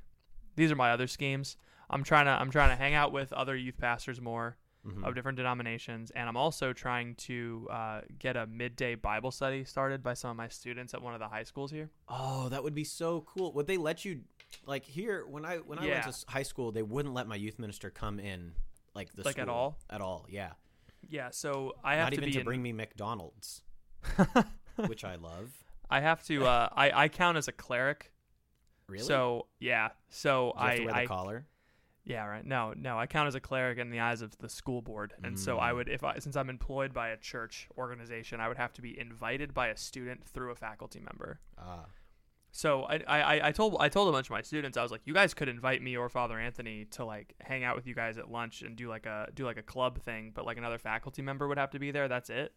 Speaker 2: these are my other schemes. I'm trying to I'm trying to hang out with other youth pastors more
Speaker 1: Mm-hmm.
Speaker 2: of different denominations, and I'm also trying to uh, get a midday Bible study started by some of my students at one of the high schools here.
Speaker 1: Oh, that would be so cool. Would they let you like here when I when I went
Speaker 2: Yeah.
Speaker 1: to s- high school, they wouldn't let my youth minister come in like the
Speaker 2: Like, at
Speaker 1: school.
Speaker 2: all?
Speaker 1: At all, yeah.
Speaker 2: Yeah, so I have
Speaker 1: Not
Speaker 2: to
Speaker 1: even
Speaker 2: be
Speaker 1: to
Speaker 2: in-
Speaker 1: bring me McDonald's, which I love.
Speaker 2: I have to uh, I I count as a cleric.
Speaker 1: Really?
Speaker 2: So yeah, so
Speaker 1: Do you have to
Speaker 2: I
Speaker 1: wear the
Speaker 2: I
Speaker 1: collar.
Speaker 2: Yeah, right. No, no, I count as a cleric in the eyes of the school board. And so I would if I since I'm employed by a church organization, I would have to be invited by a student through a faculty member.
Speaker 1: Ah,
Speaker 2: So I I, I- I told I told a bunch of my students, I was like, you guys could invite me or Father Anthony to like hang out with you guys at lunch and do like a do like a club thing, but like another faculty member would have to be there. That's it.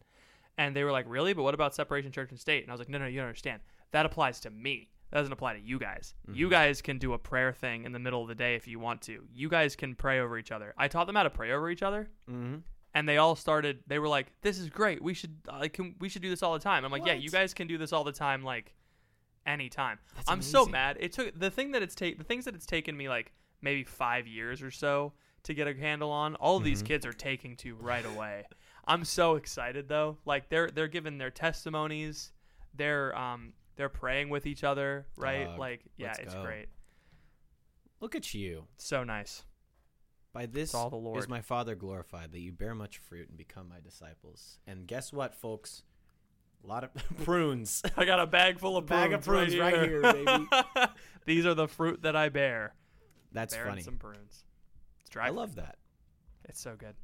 Speaker 2: And they were like, really? But what about separation church and state? And I was like, no, no, you don't understand. That applies to me. That doesn't apply to you guys. You guys can do a prayer thing in the middle of the day if you want to. You guys can pray over each other. I taught them how to pray over each other. And they all started. They were like, "This is great. We should like can, we should do this all the time." I'm like, "Yeah, you guys can do this all the time. Like, anytime. I'm so mad. It took the thing that it's take the things that it's taken me like maybe five years or so to get a handle on. All
Speaker 1: Mm-hmm.
Speaker 2: these kids are taking to right away. I'm so excited though. Like they're they're giving their testimonies. They're um they're praying with each other. Right.
Speaker 1: Dog,
Speaker 2: like yeah,
Speaker 1: let's
Speaker 2: it's
Speaker 1: go.
Speaker 2: great.
Speaker 1: look at you!
Speaker 2: So nice.
Speaker 1: By this
Speaker 2: all the Lord.
Speaker 1: is my Father glorified, that you bear much fruit and become my disciples. And guess what, folks? A lot of prunes.
Speaker 2: I got a bag full of
Speaker 1: Bag of prunes right here, baby.
Speaker 2: These are the fruit that I bear.
Speaker 1: That's
Speaker 2: Bearing
Speaker 1: funny.
Speaker 2: some prunes. It's dry.
Speaker 1: I
Speaker 2: fruit.
Speaker 1: love that.
Speaker 2: It's so good.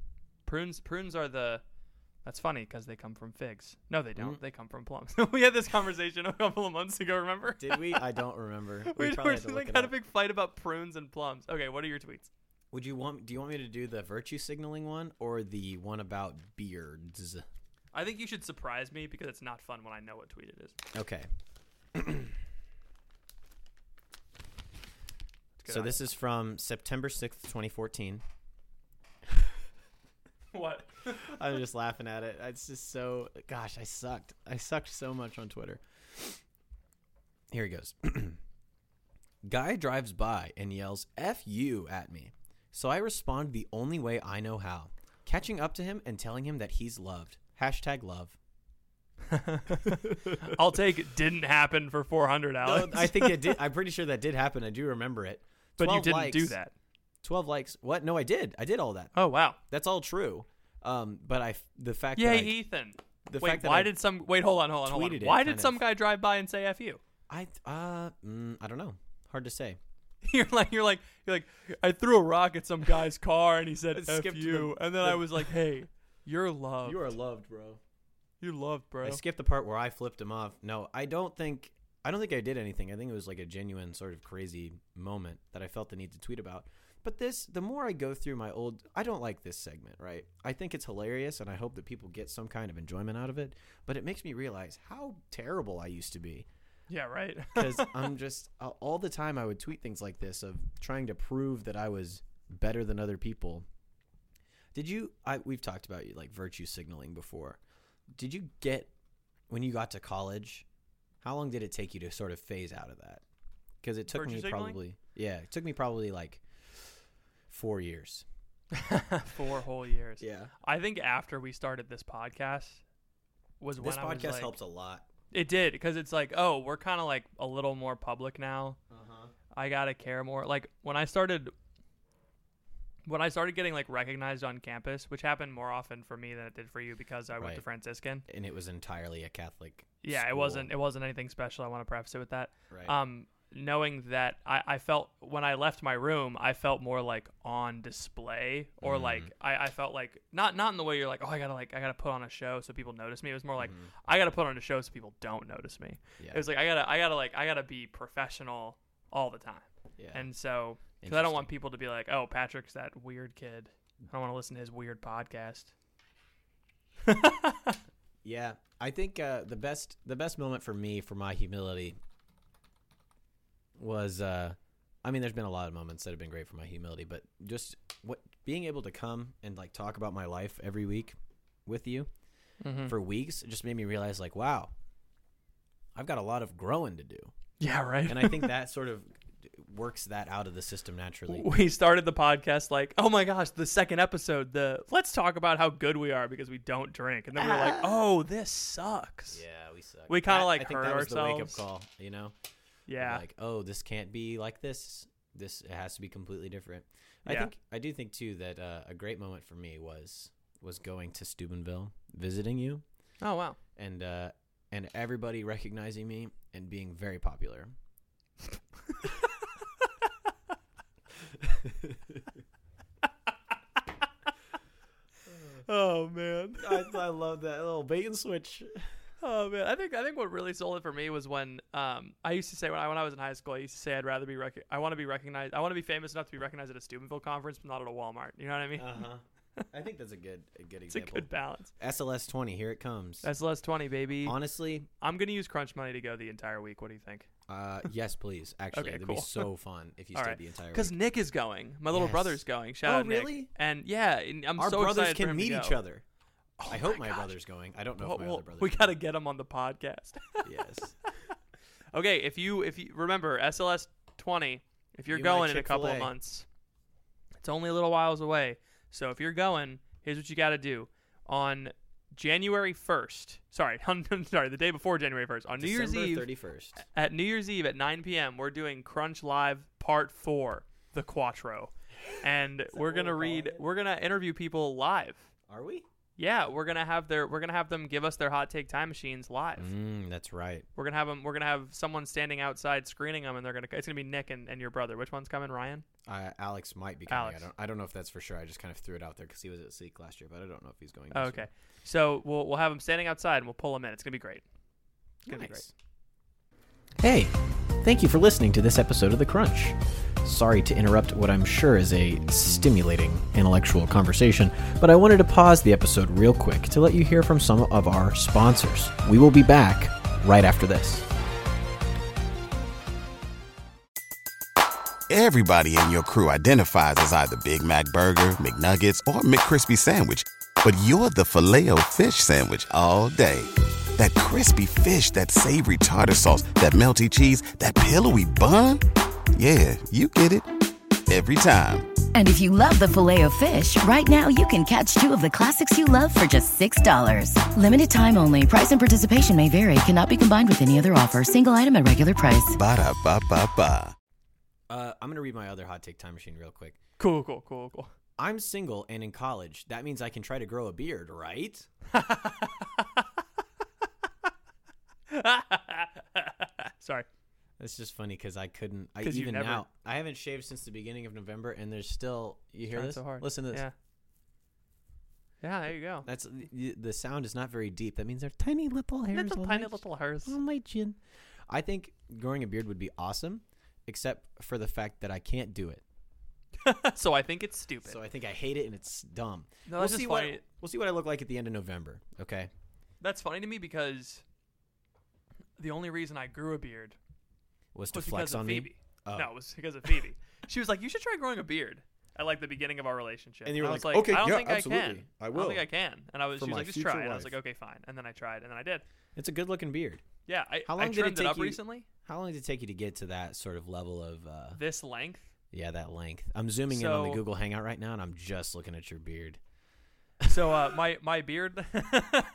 Speaker 2: Prunes prunes are the that's funny because they come from figs. No, they
Speaker 1: Mm-hmm.
Speaker 2: don't. They come from plums. we had this conversation a couple of months ago. Remember?
Speaker 1: Did we? I don't remember.
Speaker 2: we
Speaker 1: probably
Speaker 2: were
Speaker 1: had to look
Speaker 2: like
Speaker 1: it
Speaker 2: had a
Speaker 1: up.
Speaker 2: big fight about prunes and plums. Okay, what are your tweets?
Speaker 1: Would you want? Do you want me to do the virtue signaling one or the one about beards?
Speaker 2: I think you should surprise me because it's not fun when I know what tweet it is.
Speaker 1: Okay.
Speaker 2: It's good
Speaker 1: So
Speaker 2: on
Speaker 1: this is from September sixth, twenty fourteen.
Speaker 2: What?
Speaker 1: I'm just laughing at it. It's just so gosh, I sucked. I sucked so much on Twitter. Here he goes. Guy drives by and yells F you at me. So I respond the only way I know how. Catching up to him and telling him that he's loved. Hashtag love.
Speaker 2: I'll take it didn't happen for 400,
Speaker 1: No,
Speaker 2: Alex.
Speaker 1: I think it did I'm pretty sure that did happen. I do remember it.
Speaker 2: but you
Speaker 1: 12
Speaker 2: didn't do
Speaker 1: likes-
Speaker 2: that.
Speaker 1: Twelve likes. What? No, I did. I did all that.
Speaker 2: Oh wow.
Speaker 1: That's all true. Um, but I f- the fact
Speaker 2: Yay,
Speaker 1: that I,
Speaker 2: Ethan.
Speaker 1: the
Speaker 2: wait,
Speaker 1: fact that
Speaker 2: why
Speaker 1: I-
Speaker 2: did some? Wait, hold on, hold on, hold on.
Speaker 1: tweeted it,
Speaker 2: Why
Speaker 1: kind
Speaker 2: did some
Speaker 1: of.
Speaker 2: guy drive by and say "f you"?
Speaker 1: I uh mm, I don't know. Hard to say.
Speaker 2: You're like, you're like, you're like. I threw a rock at some guy's car and he
Speaker 1: I
Speaker 2: said "f
Speaker 1: skipped
Speaker 2: you,"
Speaker 1: the-
Speaker 2: and then
Speaker 1: the-
Speaker 2: I was like, "Hey, you're loved. You're,
Speaker 1: loved, bro.
Speaker 2: loved, bro."
Speaker 1: I skipped the part where I flipped him off. No, I don't think I don't think I did anything. I think it was like a genuine sort of crazy moment that I felt the need to tweet about. But this, the more I go through my old, I don't like this segment, right? I think it's hilarious, and I hope that people get some kind of enjoyment out of it. But it makes me realize how terrible I used to be.
Speaker 2: yeah, right.
Speaker 1: because I'm just uh, all the time I would tweet things like this of trying to prove that I was better than other people. Did you? I we've talked about like virtue signaling before. Did you get when you got to college? How long did it take you to sort of phase out of that? Because it took
Speaker 2: Virtue
Speaker 1: me
Speaker 2: signaling?
Speaker 1: probably yeah, it took me probably like four years.
Speaker 2: Four whole years.
Speaker 1: Yeah,
Speaker 2: I think after we started this podcast was when
Speaker 1: this
Speaker 2: I was
Speaker 1: podcast
Speaker 2: like-
Speaker 1: helps a lot.
Speaker 2: It did because it's like, oh, we're kind of like a little more public now.
Speaker 1: Uh-huh.
Speaker 2: I gotta care more. Like when I started, when I started getting like recognized on campus, which happened more often for me than it did for you because I went to
Speaker 1: Right.
Speaker 2: Franciscan.
Speaker 1: And it was entirely a Catholic.
Speaker 2: Yeah, it
Speaker 1: school.
Speaker 2: wasn't it wasn't anything special. I want to preface it with that.
Speaker 1: Right.
Speaker 2: Um, knowing that I, I felt when I left my room, I felt more like on display or
Speaker 1: Mm-hmm.
Speaker 2: like I, I felt like not not in the way you're like, oh I gotta like I gotta put on a show so people notice me. It was more like I gotta put on a show so people don't notice me.
Speaker 1: Mm-hmm. Yeah.
Speaker 2: It was like I gotta I gotta like I gotta be professional all the time.
Speaker 1: Yeah.
Speaker 2: And so because I don't want people to be like, oh Patrick's that weird kid. I don't want to listen to his weird podcast.
Speaker 1: Yeah, I think uh, the best the best moment for me for my humility was uh, I mean, there's been a lot of moments that have been great for my humility, but just what being able to come and like talk about my life every week with you
Speaker 2: Mm-hmm.
Speaker 1: for weeks it just made me realize like, wow, I've got a lot of growing to do,
Speaker 2: Yeah, right.
Speaker 1: and I think that sort of works that out of the system naturally.
Speaker 2: we started the podcast like, oh my gosh, the second episode, the let's talk about how good we are because we don't drink, and then we were like, oh, this sucks.
Speaker 1: Yeah, we suck.
Speaker 2: We kinda,
Speaker 1: That-
Speaker 2: like,
Speaker 1: I think
Speaker 2: hurt
Speaker 1: that was the wake up
Speaker 2: ourselves.
Speaker 1: call, you know.
Speaker 2: Yeah,
Speaker 1: like oh this can't be like this this it has to be completely different i
Speaker 2: Yeah.
Speaker 1: think i do think too that uh, a great moment for me was was going to steubenville visiting you
Speaker 2: oh wow.
Speaker 1: and uh and everybody recognizing me and being very popular
Speaker 2: Oh man.
Speaker 1: I, I love that little bait and switch
Speaker 2: Oh man. I think I think what really sold it for me was when um I used to say when I when I was in high school I used to say I'd rather be rec- I want to be recognized I want to be famous enough to be recognized at a Steubenville conference but not at a Walmart. You know what I mean?
Speaker 1: uh-huh i think that's a good a good
Speaker 2: it's a
Speaker 1: example
Speaker 2: good balance.
Speaker 1: sls 20 here it comes
Speaker 2: That's less twenty, baby.
Speaker 1: honestly
Speaker 2: I'm gonna use crunch money to go the entire week. What do you think?
Speaker 1: uh yes please actually
Speaker 2: Okay,
Speaker 1: that'd be
Speaker 2: cool.
Speaker 1: so fun if you
Speaker 2: All
Speaker 1: stayed
Speaker 2: right,
Speaker 1: the entire
Speaker 2: because
Speaker 1: week.
Speaker 2: Nick is going. My little
Speaker 1: Yes.
Speaker 2: brother's going. Shout
Speaker 1: Oh,
Speaker 2: out, Nick.
Speaker 1: really?
Speaker 2: And yeah, and I'm
Speaker 1: our
Speaker 2: so
Speaker 1: brothers
Speaker 2: excited for
Speaker 1: can
Speaker 2: him
Speaker 1: meet
Speaker 2: to
Speaker 1: each
Speaker 2: go. Oh
Speaker 1: other I hope my, brother's going. I don't know
Speaker 2: Well,
Speaker 1: if my
Speaker 2: well,
Speaker 1: other brother's
Speaker 2: we gotta get him on the podcast.
Speaker 1: going. yes.
Speaker 2: okay, if you if you remember SLS twenty, if you're
Speaker 1: You my
Speaker 2: going in a couple of
Speaker 1: Chick-fil-A.
Speaker 2: months, it's only a little whiles away. So if you're going, here's what you gotta do on January first. Sorry, on, sorry, the day before January first on New Year's Eve.
Speaker 1: thirty first.
Speaker 2: At New Year's Eve at 9 p.m., we're doing Crunch Live Part Four, the Quattro, and we're gonna read. We're gonna interview people live.
Speaker 1: Are we?
Speaker 2: Yeah, we're gonna have their. We're gonna have them give us their hot take time machines live.
Speaker 1: Mm, that's right.
Speaker 2: We're gonna have them. We're gonna have someone standing outside screening them, and they're gonna. It's gonna be Nick and, and your brother. Which one's coming, Ryan?
Speaker 1: Uh, Alex might be coming.
Speaker 2: Alex.
Speaker 1: I don't. I don't know if that's for sure. I just kind of threw it out there because he was at Seek last year, but I don't know if he's going.
Speaker 2: Oh,
Speaker 1: this
Speaker 2: okay,
Speaker 1: year.
Speaker 2: so we'll we'll have them standing outside, and we'll pull them in. It's gonna be great. It's gonna be great.
Speaker 1: Nice. Hey, thank you for listening to this episode of The Crunch. Sorry to interrupt what I'm sure is a stimulating intellectual conversation, but I wanted to pause the episode real quick to let you hear from some of our sponsors. We will be back right after this.
Speaker 3: Everybody in your crew identifies as either Big Mac Burger, McNuggets, or McCrispy Sandwich. But you're the filet fish sandwich all day. That crispy fish, that savory tartar sauce, that melty cheese, that pillowy bun. Yeah, you get it every time.
Speaker 4: And if you love the filet of fish, right now you can catch two of the classics you love for just $6. Limited time only. Price and participation may vary. Cannot be combined with any other offer. Single item at regular price.
Speaker 3: Ba da ba ba ba.
Speaker 1: Uh, I'm gonna read my other hot take time machine real quick.
Speaker 2: Cool, cool, cool, cool.
Speaker 1: I'm single and in college. That means I can try to grow a beard, right?
Speaker 2: Sorry.
Speaker 1: It's just funny because I couldn't. I
Speaker 2: 'Cause you
Speaker 1: even
Speaker 2: never-
Speaker 1: now I haven't shaved since the beginning of November, and there's still. You hear
Speaker 2: Trying
Speaker 1: this?
Speaker 2: so hard.
Speaker 1: Listen to this.
Speaker 2: Yeah. Yeah, there you go.
Speaker 1: That's the, the sound is not very deep. That means they're tiny little hairs.
Speaker 2: Little
Speaker 1: on
Speaker 2: tiny
Speaker 1: my-
Speaker 2: little hairs.
Speaker 1: on my chin. I think growing a beard would be awesome, except for the fact that I can't do it.
Speaker 2: so I think it's stupid.
Speaker 1: So I think I hate it and it's dumb.
Speaker 2: No,
Speaker 1: we'll
Speaker 2: that's just
Speaker 1: see
Speaker 2: funny.
Speaker 1: what we'll see what I look like at the end of November. Okay.
Speaker 2: That's funny to me because the only reason I grew a beard
Speaker 1: Was to
Speaker 2: was because
Speaker 1: flex
Speaker 2: of
Speaker 1: on
Speaker 2: Phoebe.
Speaker 1: me. Oh.
Speaker 2: No, it was because of Phoebe. she was like, "You should try growing a beard." At like the beginning of our relationship,
Speaker 1: And you were
Speaker 2: I was
Speaker 1: like,
Speaker 2: like,
Speaker 1: "Okay,
Speaker 2: I don't
Speaker 1: yeah,
Speaker 2: think I can.
Speaker 1: absolutely. I
Speaker 2: I
Speaker 1: will.
Speaker 2: don't think I can." And I was,
Speaker 1: For
Speaker 2: she was
Speaker 1: my
Speaker 2: like, "Just
Speaker 1: future
Speaker 2: try." it." And I was like,
Speaker 1: wife.
Speaker 2: "Okay, fine." And then I tried, and then I did.
Speaker 1: It's a good looking beard.
Speaker 2: Yeah, I,
Speaker 1: How
Speaker 2: I
Speaker 1: long did it
Speaker 2: trimmed
Speaker 1: take
Speaker 2: up
Speaker 1: you-
Speaker 2: recently.
Speaker 1: How long did it take you to get to that sort of level of uh,
Speaker 2: This length,
Speaker 1: yeah, that length? I'm zooming in on the
Speaker 2: So-
Speaker 1: Google Hangout right now and I'm just looking at your beard.
Speaker 2: so uh, my my beard,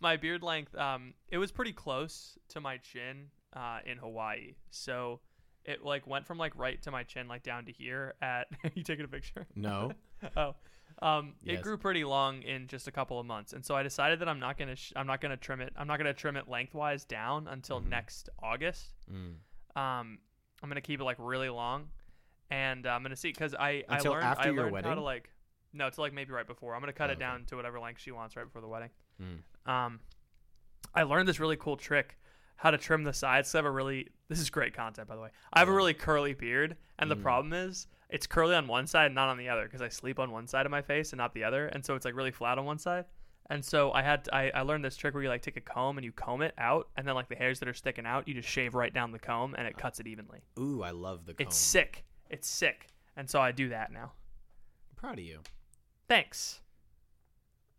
Speaker 2: my beard length, um, it was pretty close to my chin uh, in Hawaii. So it like went from like right to my chin, like down to here. At you taking a picture?
Speaker 1: No.
Speaker 2: oh um
Speaker 1: Yes.
Speaker 2: it grew pretty long in just a couple of months and so i decided that i'm not gonna sh- i'm not gonna trim it i'm not gonna trim it lengthwise down until next august
Speaker 1: Mm-hmm. Mm.
Speaker 2: um i'm gonna keep it like really long and uh, i'm gonna see because i i
Speaker 1: Until
Speaker 2: learned i
Speaker 1: after your
Speaker 2: learned how to
Speaker 1: wedding?
Speaker 2: like no to like maybe right before i'm gonna cut
Speaker 1: Oh,
Speaker 2: it
Speaker 1: okay.
Speaker 2: down to whatever length she wants right before the wedding
Speaker 1: Mm.
Speaker 2: um i learned this really cool trick how to trim the sides so i have a really this is great content by the way i have a really curly beard and the
Speaker 1: Hmm.
Speaker 2: problem is it's curly on one side and not on the other because i sleep on one side of my face and not the other and so it's like really flat on one side and so i had I, I learned this trick where you like take a comb and you comb it out and then like the hairs that are sticking out you just shave right down the comb and it cuts it evenly
Speaker 1: Ooh, I love the comb.
Speaker 2: it's sick it's sick and so i do that now
Speaker 1: I'm proud of you.
Speaker 2: thanks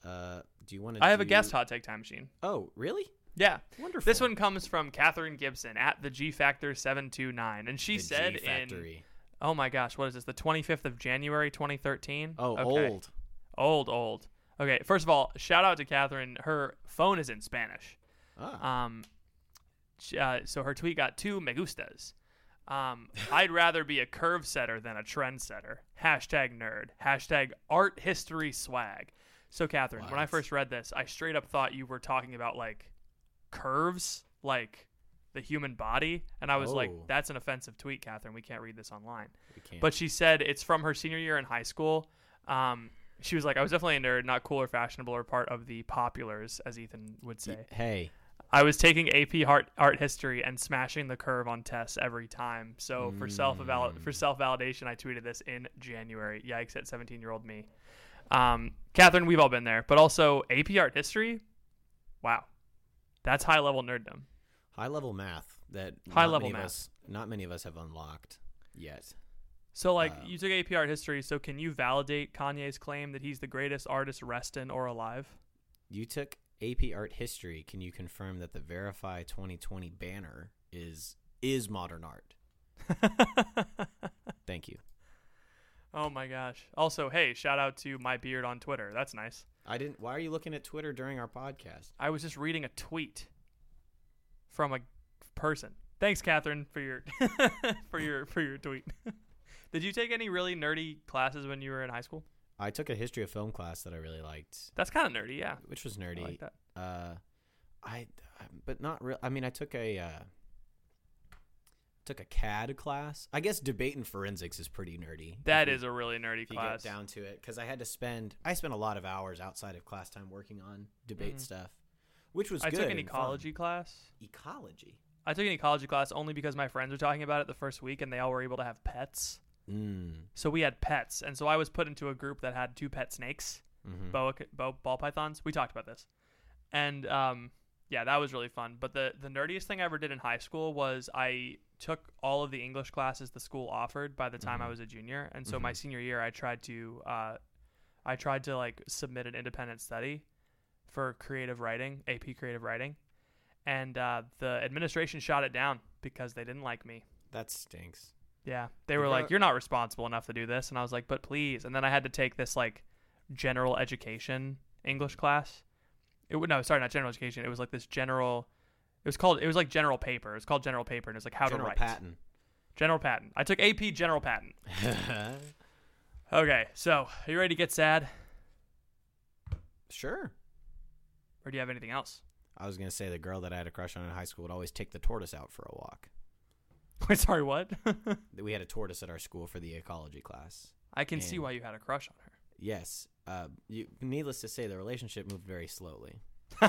Speaker 1: Uh, do you want to?
Speaker 2: i have a guest hot take time machine
Speaker 1: Oh, really?
Speaker 2: Yeah.
Speaker 1: Wonderful.
Speaker 2: This one comes from Katherine Gibson at the G Factor 729. And she
Speaker 1: The
Speaker 2: said
Speaker 1: G
Speaker 2: in,
Speaker 1: Factory.
Speaker 2: oh my gosh, what is this? The 25th of January 2013?
Speaker 1: Oh,
Speaker 2: Okay.
Speaker 1: old.
Speaker 2: Old, old. Okay, first of all, shout out to Catherine. Her phone is in Spanish.
Speaker 1: Ah.
Speaker 2: Um, sh- uh, so her tweet got two me gustas. Um, I'd rather be a curve setter than a trend setter. Hashtag nerd. Hashtag art history swag. So Catherine, when I
Speaker 1: What?
Speaker 2: first read this, I straight up thought you were talking about like curves, like the human body, and I was like,
Speaker 1: Oh.
Speaker 2: "That's an offensive tweet, Catherine. We can't read this online."
Speaker 1: we can't.
Speaker 2: But she said it's from her senior year in high school. Um, she was like, "I was definitely a nerd, not cool or fashionable, or part of the populars, as Ethan would say."
Speaker 1: hey,
Speaker 2: I was taking AP art, art history and smashing the curve on tests every time. So for self for self validation, I tweeted this in January. Yikes at 17 year old me. Um, Catherine, we've all been there, but also AP art history. Wow, that's high level nerddom.
Speaker 1: high level math that
Speaker 2: High
Speaker 1: not
Speaker 2: level
Speaker 1: many of
Speaker 2: math.
Speaker 1: us- not many of us have unlocked yet.
Speaker 2: So like
Speaker 1: Wow.
Speaker 2: you took AP art history, so can you validate Kanye's claim that he's the greatest artist restin or alive?
Speaker 1: You took AP Art History. Can you confirm that the Verify 2020 banner is is modern art? Thank you.
Speaker 2: oh my gosh. Also, hey, shout out to my beard on Twitter. That's nice.
Speaker 1: I didn't. Why are you looking at Twitter during our podcast?
Speaker 2: I was just reading a tweet from a person. Thanks, Catherine, for your for your for your tweet. Did you take any really nerdy classes when you were in high school?
Speaker 1: I took a history of film class that I really liked,
Speaker 2: That's kind of nerdy, yeah.
Speaker 1: which was nerdy.
Speaker 2: like that.
Speaker 1: Uh, I, um, but not real. I mean, I took a uh, took a CAD class. I guess debate and forensics is pretty nerdy.
Speaker 2: That
Speaker 1: if you-
Speaker 2: is a really nerdy
Speaker 1: if you
Speaker 2: class.
Speaker 1: get down to it because i had to spend i spent a lot of hours outside of class time working on debate stuff which was
Speaker 2: Mm-hmm. I
Speaker 1: good
Speaker 2: took an
Speaker 1: and fun.
Speaker 2: ecology class.
Speaker 1: ecology
Speaker 2: I took an ecology class only because my friends were talking about it the first week and they all were able to have pets.
Speaker 1: mm.
Speaker 2: So we had pets, and so I was put into a group that had two pet snakes,
Speaker 1: Mm-hmm.
Speaker 2: boa, boa ball pythons. We talked about this, and um, yeah, that was really fun. But the the nerdiest thing I ever did in high school was I took all of the English classes the school offered by the time I was a junior, and so my senior year I tried to uh, I tried to like submit an independent study for creative writing, AP creative writing, and uh, the administration shot it down because they didn't like me.
Speaker 1: That stinks.
Speaker 2: Yeah, they were like, "You're not responsible enough to do this," and I was like, "But please." And then I had to take this like general education English class. It would no, sorry, not general education. It was like this general. It was called. It was like general paper. It was called general paper, and it was like how
Speaker 1: General
Speaker 2: to write.
Speaker 1: Patton.
Speaker 2: General Patton. I took AP General Patton. Okay, so are you ready to get sad,
Speaker 1: sure.
Speaker 2: or do you have anything else?
Speaker 1: I was gonna say the girl that I had a crush on in high school would always take the tortoise out for a walk.
Speaker 2: Wait, sorry, what?
Speaker 1: We had a tortoise at our school for the ecology class.
Speaker 2: I can see
Speaker 1: And-
Speaker 2: why you had a crush on her.
Speaker 1: Yes. Uh, you, needless to say, the relationship moved very slowly.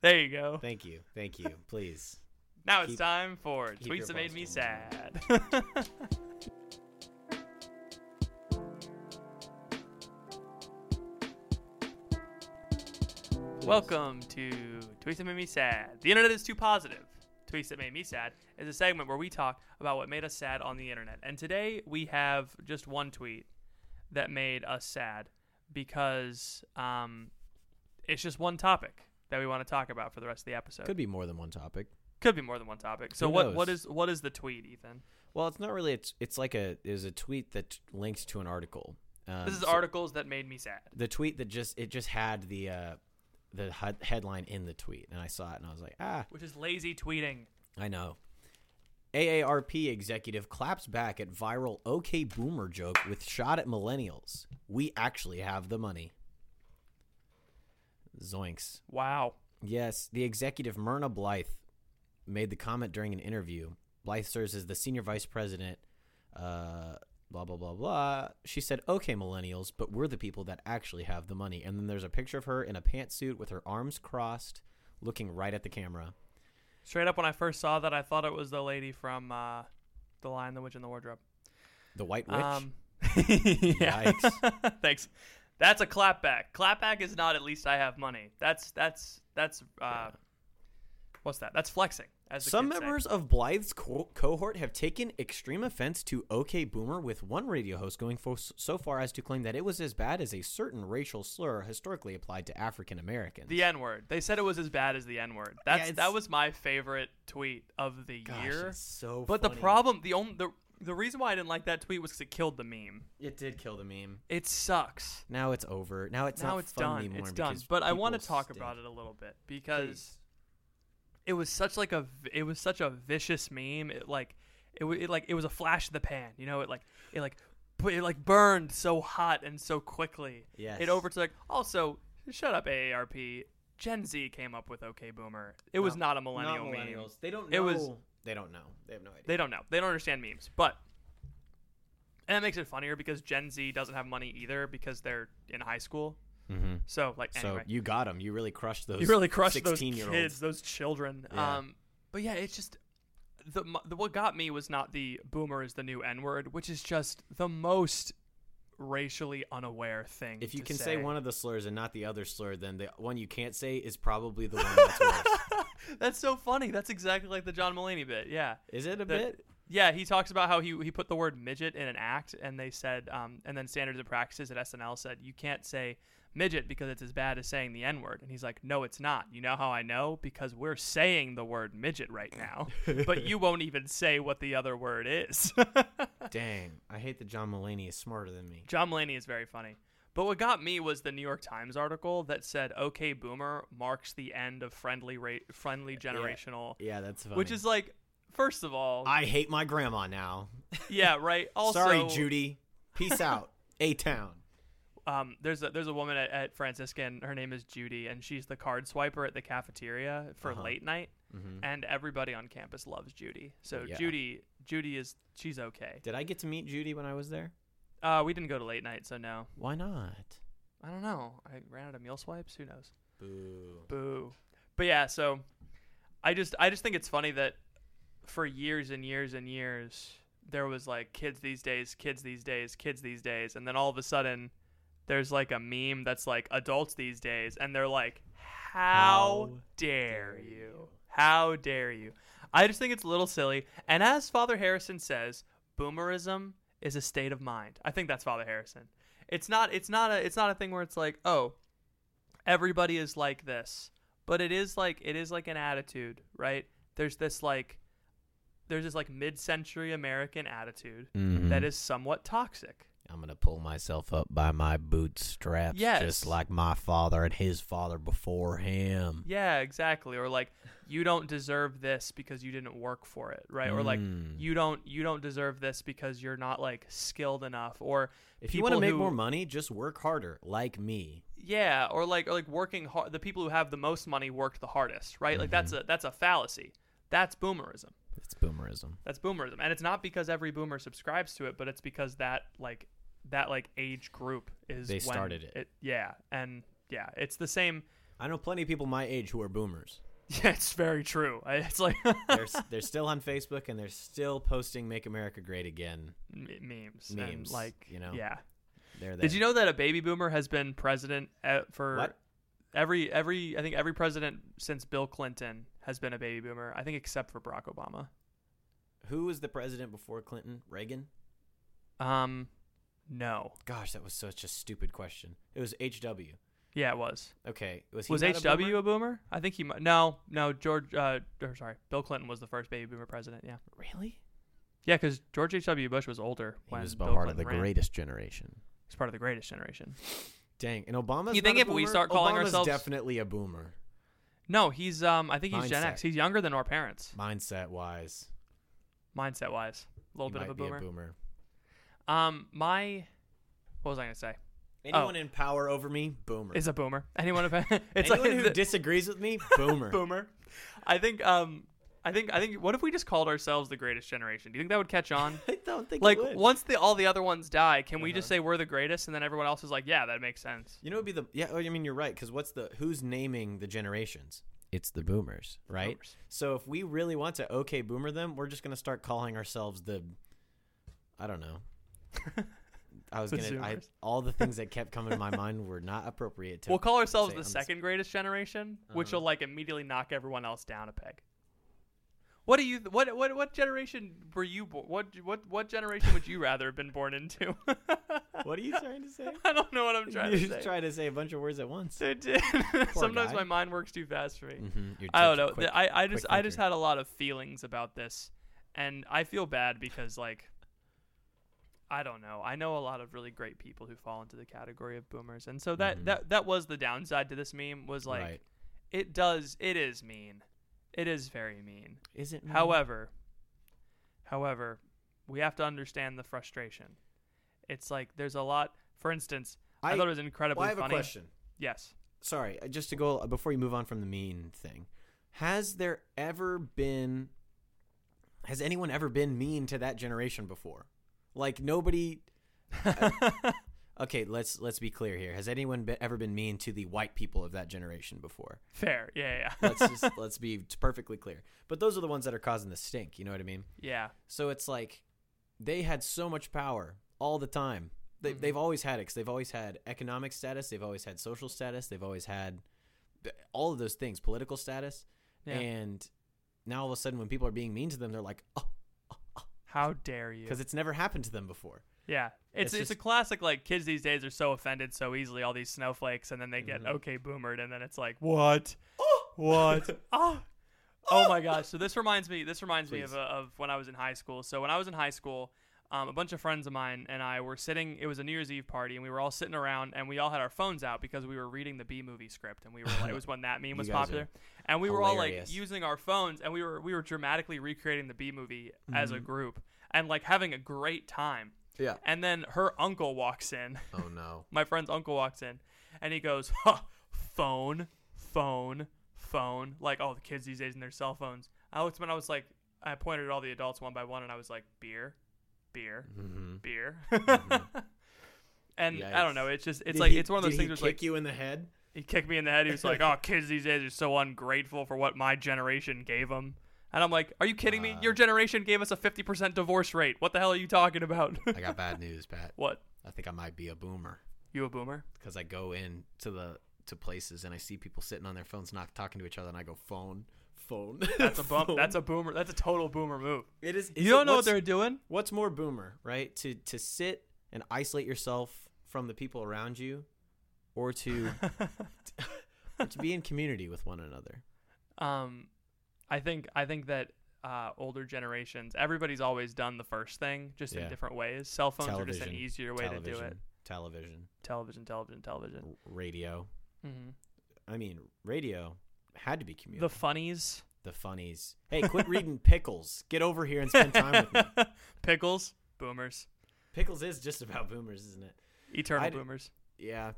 Speaker 2: there you go.
Speaker 1: Thank you. Thank you. Please.
Speaker 2: Now it's
Speaker 1: Keep-
Speaker 2: time for
Speaker 1: keep your
Speaker 2: tweets that made
Speaker 1: balls
Speaker 2: me
Speaker 1: to
Speaker 2: sad. Welcome to tweets that made me sad. The internet is too positive. Tweets that made me sad is a segment where we talk about what made us sad on the internet. And today we have just one tweet that made us sad because um, it's just one topic that we want to talk about for the rest of the episode.
Speaker 1: Could be more than one topic.
Speaker 2: Could be more than one topic. So
Speaker 1: Who
Speaker 2: what
Speaker 1: knows?
Speaker 2: what is what is the tweet, Ethan?
Speaker 1: Well, it's not really. It's it's like a is a tweet that links to an article. Um,
Speaker 2: This is
Speaker 1: so
Speaker 2: articles that made me sad.
Speaker 1: The tweet that just it just had the uh, the hu- headline in the tweet, and I saw it, and I was like, ah,
Speaker 2: Which is lazy tweeting.
Speaker 1: I know. AARP executive claps back at viral OK Boomer joke with shot at millennials. We actually have the money. Zoinks.
Speaker 2: Wow.
Speaker 1: Yes, the executive Myrna Blythe made the comment during an interview. Blythe serves as the senior vice president. Uh, blah blah blah blah. She said, "Okay, millennials, but we're the people that actually have the money." And then there's a picture of her in a pantsuit with her arms crossed, looking right at the camera.
Speaker 2: Straight up when I first saw that I thought it was the lady from uh The Lion, the Witch and the Wardrobe.
Speaker 1: The White Witch.
Speaker 2: Um yeah.
Speaker 1: Yikes.
Speaker 2: Thanks. That's a clapback. Clapback is not at least I have money. That's that's that's uh what's that? That's flexing. As the
Speaker 1: Some
Speaker 2: kids say.
Speaker 1: members of Blythe's co- cohort have taken extreme offense to OK Boomer, with one radio host going fo- so far as to claim that it was as bad as a certain racial slur historically applied to African Americans.
Speaker 2: The N word. They said it was as bad as the N word. That's that
Speaker 1: it's-
Speaker 2: was my favorite tweet of the
Speaker 1: Gosh,
Speaker 2: year.
Speaker 1: it's so
Speaker 2: but the
Speaker 1: funny.
Speaker 2: problem, the only the the reason why I didn't like that tweet was 'cause it killed the meme.
Speaker 1: It did kill the meme.
Speaker 2: It sucks.
Speaker 1: Now it's over. Now it's
Speaker 2: now
Speaker 1: not
Speaker 2: it's
Speaker 1: fun
Speaker 2: done.
Speaker 1: anymore
Speaker 2: It's done.
Speaker 1: because
Speaker 2: But I
Speaker 1: people
Speaker 2: want to talk
Speaker 1: stink.
Speaker 2: about it a little bit because it was such like a v- it was such a vicious meme. It like it, wa- it like it was a flash of the pan. You know, it like it like but it like burned so hot and so quickly.
Speaker 1: Yes.
Speaker 2: It overtook. Also, shut up, AARP. Gen Z came up with OK Boomer. It was not a millennial meme.
Speaker 1: They don't
Speaker 2: It was-
Speaker 1: They don't know. They have no idea.
Speaker 2: They don't know. They don't understand memes. But and that makes it funnier because Gen Z doesn't have money either because they're in high school.
Speaker 1: mm-hmm.
Speaker 2: So like
Speaker 1: So
Speaker 2: anyway.
Speaker 1: you got them. You really crushed those.
Speaker 2: you really crushed those
Speaker 1: 16 year
Speaker 2: kids,
Speaker 1: olds.
Speaker 2: those children.
Speaker 1: Yeah.
Speaker 2: Um, but yeah, it's just the, mo- the what got me was not the boomer is the new N word, which is just the most racially unaware thing.
Speaker 1: If you
Speaker 2: to
Speaker 1: can
Speaker 2: say
Speaker 1: say one of the slurs and not the other slur, then the one you can't say is probably the one that's worse.
Speaker 2: that's so funny. That's exactly like the John Mulaney bit. Yeah.
Speaker 1: Is it a
Speaker 2: The-
Speaker 1: bit?
Speaker 2: Yeah, he talks about how he, he put the word midget in an act, and they said, um, and then Standards and Practices at SNL said, you can't say midget because it's as bad as saying the N word. And he's like, no, it's not. You know how I know? Because we're saying the word midget right now, but you won't even say what the other word is.
Speaker 1: Dang, I hate that John Mulaney is smarter than me.
Speaker 2: John Mulaney is very funny. But what got me was the New York Times article that said, okay, boomer marks the end of friendly, ra- friendly generational,
Speaker 1: Yeah, that's funny.
Speaker 2: which is like, first of all,
Speaker 1: I hate my grandma now.
Speaker 2: yeah, right? Also,
Speaker 1: Sorry, Judy. Peace out, A Town.
Speaker 2: um, there's a there's a woman at, at Franciscan. Her name is Judy, and she's the card swiper at the cafeteria for late night. And everybody on campus loves Judy. So
Speaker 1: Yeah.
Speaker 2: Judy, Judy is she's okay.
Speaker 1: Did I get to meet Judy when I was there?
Speaker 2: Uh, we didn't go to late night, so no.
Speaker 1: Why not?
Speaker 2: I don't know. I ran out of meal swipes. Who knows?
Speaker 1: Boo.
Speaker 2: Boo. But yeah, so I just I just think it's funny that for years and years and years there was like kids these days, kids these days, kids these days, and then all of a sudden there's like a meme that's like adults these days and they're like how,
Speaker 1: How
Speaker 2: dare, you? How dare you? I just think it's a little silly. And as Father Harrison says, boomerism is a state of mind. I think that's Father Harrison. It's not it's not a it's not a thing where it's like, "Oh, everybody is like this." But it is like it is like an attitude, right? There's this like there's this like mid-century American attitude
Speaker 1: Mm-hmm.
Speaker 2: that is somewhat toxic.
Speaker 1: I'm gonna pull myself up by my bootstraps,
Speaker 2: Yes.
Speaker 1: just like my father and his father before him.
Speaker 2: Yeah, exactly. Or like you don't deserve this because you didn't work for it, right? Or like
Speaker 1: Mm.
Speaker 2: you don't you don't deserve this because you're not like skilled enough or
Speaker 1: If you want to
Speaker 2: people
Speaker 1: make
Speaker 2: who-
Speaker 1: more money, just work harder, like me.
Speaker 2: Yeah, or like or like working hard the people who have the most money worked the hardest, right?
Speaker 1: Mm-hmm.
Speaker 2: Like that's a that's a fallacy. That's boomerism.
Speaker 1: It's boomerism.
Speaker 2: That's boomerism. And it's not because every boomer subscribes to it, but it's because that like that like age group is
Speaker 1: They
Speaker 2: when
Speaker 1: started it.
Speaker 2: Yeah, and yeah, it's the same.
Speaker 1: I know plenty of people my age who are boomers.
Speaker 2: Yeah, it's very true. I- It's like
Speaker 1: They're s- they're still on Facebook and they're still posting "Make America Great Again."
Speaker 2: M- memes, and
Speaker 1: Memes,
Speaker 2: like
Speaker 1: you know?
Speaker 2: yeah.
Speaker 1: They're there.
Speaker 2: Did you know that a baby boomer has been president at, for
Speaker 1: What?
Speaker 2: every every I think every president since Bill Clinton has been a baby boomer. I think except for Barack Obama.
Speaker 1: who was the president before Clinton? Reagan.
Speaker 2: Um, no,
Speaker 1: Gosh, that was such a stupid question. It was H.W.
Speaker 2: yeah, it was.
Speaker 1: Okay, was he
Speaker 2: Was
Speaker 1: not a
Speaker 2: H.W.
Speaker 1: boomer?
Speaker 2: a boomer? I think he might. No, no. George, uh, or sorry, Bill Clinton was the first baby boomer president. Yeah,
Speaker 1: really?
Speaker 2: yeah, because George H.W. Bush was older
Speaker 1: He
Speaker 2: when
Speaker 1: was
Speaker 2: Bill
Speaker 1: part
Speaker 2: Clinton
Speaker 1: of the
Speaker 2: ran.
Speaker 1: greatest generation.
Speaker 2: He's part of the greatest generation.
Speaker 1: Dang, and Obama's
Speaker 2: You think
Speaker 1: not a
Speaker 2: if we
Speaker 1: boomer?
Speaker 2: start calling
Speaker 1: Obama's
Speaker 2: ourselves-
Speaker 1: definitely a boomer
Speaker 2: No, he's um, I think he's Gen
Speaker 1: Mindset.
Speaker 2: X. He's younger than our parents,
Speaker 1: mindset wise,
Speaker 2: mindset wise. A little
Speaker 1: he
Speaker 2: bit
Speaker 1: might
Speaker 2: of a
Speaker 1: be
Speaker 2: boomer.
Speaker 1: a boomer.
Speaker 2: Um, my what was I gonna say?
Speaker 1: Anyone in power over me, boomer.
Speaker 2: Oh. Is a boomer. Anyone? Of, it's
Speaker 1: Anyone
Speaker 2: like
Speaker 1: who
Speaker 2: the-
Speaker 1: disagrees with me, boomer.
Speaker 2: boomer. I think. Um, I think. I think. What if we just called ourselves the greatest generation? Do you think that would catch on?
Speaker 1: I don't think
Speaker 2: like
Speaker 1: it would.
Speaker 2: once the all the other ones die, can we just say we're the greatest, and then everyone else is like, Uh-huh. yeah, that makes sense.
Speaker 1: You know, it'd be the yeah. oh, I mean, you're right. Because what's the who's naming the generations? It's the boomers, right?
Speaker 2: boomers.
Speaker 1: So if we really want to okay boomer them, we're just gonna start calling ourselves the, I don't know. I was
Speaker 2: The
Speaker 1: gonna I,
Speaker 2: Zoomers.
Speaker 1: all the things that kept coming to my mind were not appropriate. To
Speaker 2: We'll call ourselves
Speaker 1: say
Speaker 2: the Uh-huh.
Speaker 1: on this-
Speaker 2: second greatest generation, which will like immediately knock everyone else down a peg. What do you? What what what generation were you? Bo- what what what generation would you rather have been born into?
Speaker 1: What are you trying to say?
Speaker 2: I don't know what I'm trying
Speaker 1: you
Speaker 2: to
Speaker 1: just
Speaker 2: say.
Speaker 1: try to say a bunch of words at once.
Speaker 2: So it did. Sometimes
Speaker 1: guy.
Speaker 2: my mind works too fast for me.
Speaker 1: Mhm, you're
Speaker 2: I don't
Speaker 1: such a
Speaker 2: know.
Speaker 1: quick-
Speaker 2: I, I just
Speaker 1: quick
Speaker 2: I just
Speaker 1: thinker.
Speaker 2: had a lot of feelings about this, and I feel bad because like I don't know. I know a lot of really great people who fall into the category of boomers, and so that that that was the downside to this meme was like
Speaker 1: Mm-hmm. Right.
Speaker 2: it does it is mean, it is very mean.
Speaker 1: Is it? me?
Speaker 2: However, however, we have to understand the frustration. It's like there's a lot. For instance, I,
Speaker 1: I-
Speaker 2: thought it was incredibly
Speaker 1: Well, I have
Speaker 2: funny.
Speaker 1: a question.
Speaker 2: Yes.
Speaker 1: sorry, uh, just to go uh, before you move on from the mean thing, has there ever been has anyone ever been mean to that generation before? Like nobody Okay, let's let's be clear here. Has anyone be, ever been mean to the white people of that generation before?
Speaker 2: Fair. Yeah. Yeah.
Speaker 1: Let's just let's be perfectly clear. But those are the ones that are causing the stink, you know what I mean?
Speaker 2: yeah.
Speaker 1: So it's like they had so much power all the time. They,
Speaker 2: Mm-hmm.
Speaker 1: They've always had it 'cause they've always had economic status, they've always had social status, they've always had th- all of those things, political status.
Speaker 2: Yeah.
Speaker 1: And now all of a sudden, when people are being mean to them, they're like, oh,
Speaker 2: How dare you?
Speaker 1: because it's never happened to them before.
Speaker 2: yeah, it's
Speaker 1: it's
Speaker 2: it's, a
Speaker 1: just-
Speaker 2: classic. Like kids these days are so offended so easily. All these snowflakes, and then they get
Speaker 1: Mm-hmm.
Speaker 2: okay boomered, and then it's like what? what? oh. oh my gosh! So this reminds me. This reminds me of,
Speaker 1: Ah! Please.
Speaker 2: uh, of when I was in high school. So when I was in high school. Um, a bunch of friends of mine and I were sitting. It was a New Year's Eve party, and we were all sitting around, and we all had our phones out because we were reading the B movie script, and we were. Like, it was when that meme was
Speaker 1: guys are
Speaker 2: popular, and we were all like
Speaker 1: hilarious.
Speaker 2: using our phones, and we were we were dramatically recreating the B movie as
Speaker 1: Mm-hmm.
Speaker 2: a group, and like having a great time.
Speaker 1: Yeah.
Speaker 2: And then her uncle walks in.
Speaker 1: Oh, no.
Speaker 2: My friend's uncle walks in and he goes, huh, phone, phone, phone. Like all the kids these days and their cell phones. I looked when I was like, I pointed at all the adults one by one and I was like, beer, beer,
Speaker 1: Mm-hmm.
Speaker 2: beer. and I don't know. It's just, it's
Speaker 1: Did
Speaker 2: like,
Speaker 1: he-
Speaker 2: it's one of those
Speaker 1: did
Speaker 2: things
Speaker 1: He
Speaker 2: where
Speaker 1: kick
Speaker 2: it's like,
Speaker 1: you in the head.
Speaker 2: he kicked me in the head. He was like, oh, kids these days are so ungrateful for what my generation gave them. And I'm like, are you kidding
Speaker 1: Uh.
Speaker 2: me? Your generation gave us a 50% divorce rate. What the hell are you talking about?
Speaker 1: I got bad news, Pat.
Speaker 2: what?
Speaker 1: I think I might be a boomer
Speaker 2: You a boomer?
Speaker 1: because I go in to the to places and I see people sitting on their phones, not talking to each other, and I go phone, phone.
Speaker 2: That's a bump. That's a boomer. That's a total boomer move.
Speaker 1: It is. is
Speaker 2: you don't
Speaker 1: it-
Speaker 2: know what
Speaker 1: what's-
Speaker 2: they're doing.
Speaker 1: What's more boomer, right? To to sit and isolate yourself from the people around you, or to or to be in community with one another.
Speaker 2: um, I think I think that uh, older generations, everybody's always done the first thing, just
Speaker 1: Yeah.
Speaker 2: in different ways. Cell phones are just an easier way to do
Speaker 1: television,
Speaker 2: it.
Speaker 1: Television,
Speaker 2: Television, television, television.
Speaker 1: r- radio.
Speaker 2: hmm
Speaker 1: I mean, radio had to be communal.
Speaker 2: The
Speaker 1: The,
Speaker 2: funnies,
Speaker 1: funnies. Hey, quit reading Pickles. Get over here and spend time with me.
Speaker 2: pickles, boomers,
Speaker 1: Pickles is just about boomers, isn't it?
Speaker 2: eternal
Speaker 1: I'd-
Speaker 2: boomers.
Speaker 1: Yeah.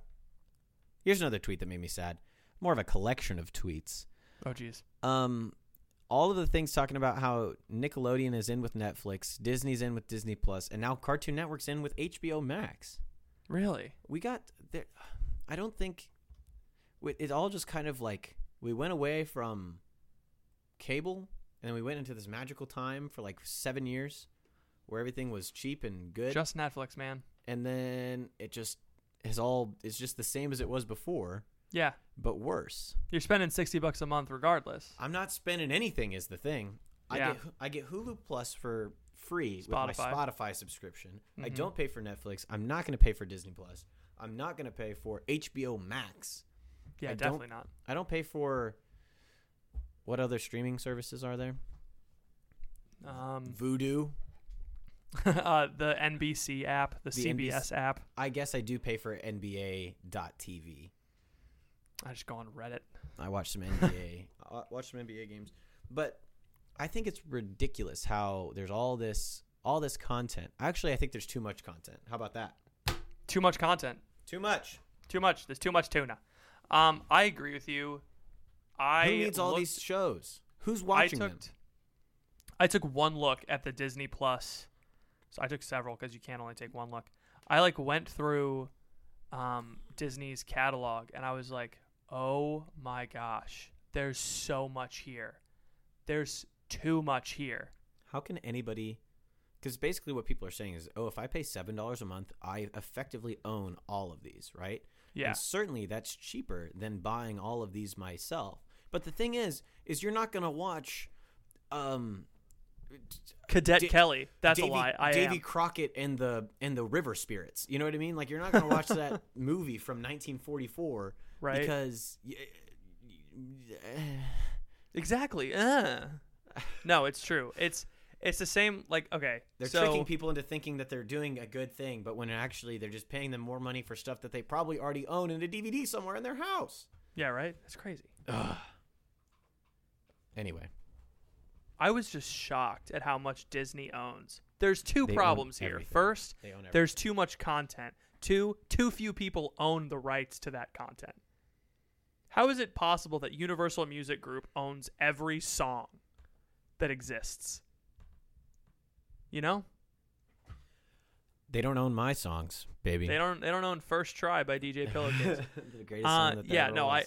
Speaker 1: Here's another tweet that made me sad. More of a collection of tweets.
Speaker 2: Oh jeez.
Speaker 1: Um, all of the things talking about how Nickelodeon is in with Netflix, Disney's in with Disney Plus, and now Cartoon Network's in with HBO Max.
Speaker 2: Really?
Speaker 1: We got there. I don't think we- it all just kind of like we went away from cable, and then we went into this magical time for like seven years where everything was cheap and good
Speaker 2: Just Netflix, man.
Speaker 1: and then it just is all it's just the same as it was before
Speaker 2: Yeah,
Speaker 1: but worse
Speaker 2: you're spending sixty bucks a month regardless.
Speaker 1: i'm not spending anything is the thing i
Speaker 2: Yeah.
Speaker 1: get i get hulu plus for free with my
Speaker 2: Spotify.
Speaker 1: spotify subscription i
Speaker 2: Mhm.
Speaker 1: don't pay for netflix i'm not going to pay for disney plus i'm not going to pay for hbo max
Speaker 2: Yeah,
Speaker 1: I don't-
Speaker 2: definitely not.
Speaker 1: i don't pay for what other streaming services are there
Speaker 2: Um,
Speaker 1: voodoo
Speaker 2: uh, the NBC app, the,
Speaker 1: The NBC
Speaker 2: CBS app.
Speaker 1: i guess i do pay for nba.tv
Speaker 2: I just go on Reddit.
Speaker 1: I watched some NBA. I watched uh, some NBA games, but I think it's ridiculous how there's all this all this content. Actually, I think there's too much content. How about that?
Speaker 2: Too much content.
Speaker 1: Too much.
Speaker 2: Too much. There's too much tuna. Um, I agree with you. I
Speaker 1: Who needs all
Speaker 2: looked-
Speaker 1: these shows? Who's
Speaker 2: I
Speaker 1: watching
Speaker 2: took.
Speaker 1: them?
Speaker 2: I took one look at the Disney Plus. So I took several because you can't only take one look. I like went through um, Disney's catalog and I was like, oh my gosh, there's so much here. There's too much here.
Speaker 1: How can anybody? Because basically, what people are saying is, oh, if I pay seven dollars a month, I effectively own all of these, right?
Speaker 2: Yeah.
Speaker 1: And certainly, that's cheaper than buying all of these myself. But the thing is, is you're not gonna watch, um,
Speaker 2: Cadet
Speaker 1: Da-
Speaker 2: Kelly. That's
Speaker 1: Davy,
Speaker 2: a lie. I
Speaker 1: Davy
Speaker 2: am.
Speaker 1: Crockett and the and the river spirits. You know what I mean? Like you're not gonna watch that movie from 1944,
Speaker 2: Right.
Speaker 1: Because y-
Speaker 2: Exactly. Uh. no, it's true. It's it's the same. Like okay,
Speaker 1: they're
Speaker 2: so,
Speaker 1: tricking people into thinking that they're doing a good thing, but when actually they're just paying them more money for stuff that they probably already own in a DVD somewhere in their house.
Speaker 2: Yeah, right. That's crazy.
Speaker 1: Anyway,
Speaker 2: I was just shocked at how much Disney owns. There's two
Speaker 1: They own
Speaker 2: problems here.
Speaker 1: everything.
Speaker 2: First,
Speaker 1: They own
Speaker 2: there's too much content. Two, too few people own the rights to that content. How is it possible that Universal Music Group owns every song that exists? You know?
Speaker 1: they don't own my songs, baby.
Speaker 2: They don't they don't own First Try by DJ Pillowcase.
Speaker 1: the greatest
Speaker 2: Uh,
Speaker 1: song that there
Speaker 2: yeah, no,
Speaker 1: was.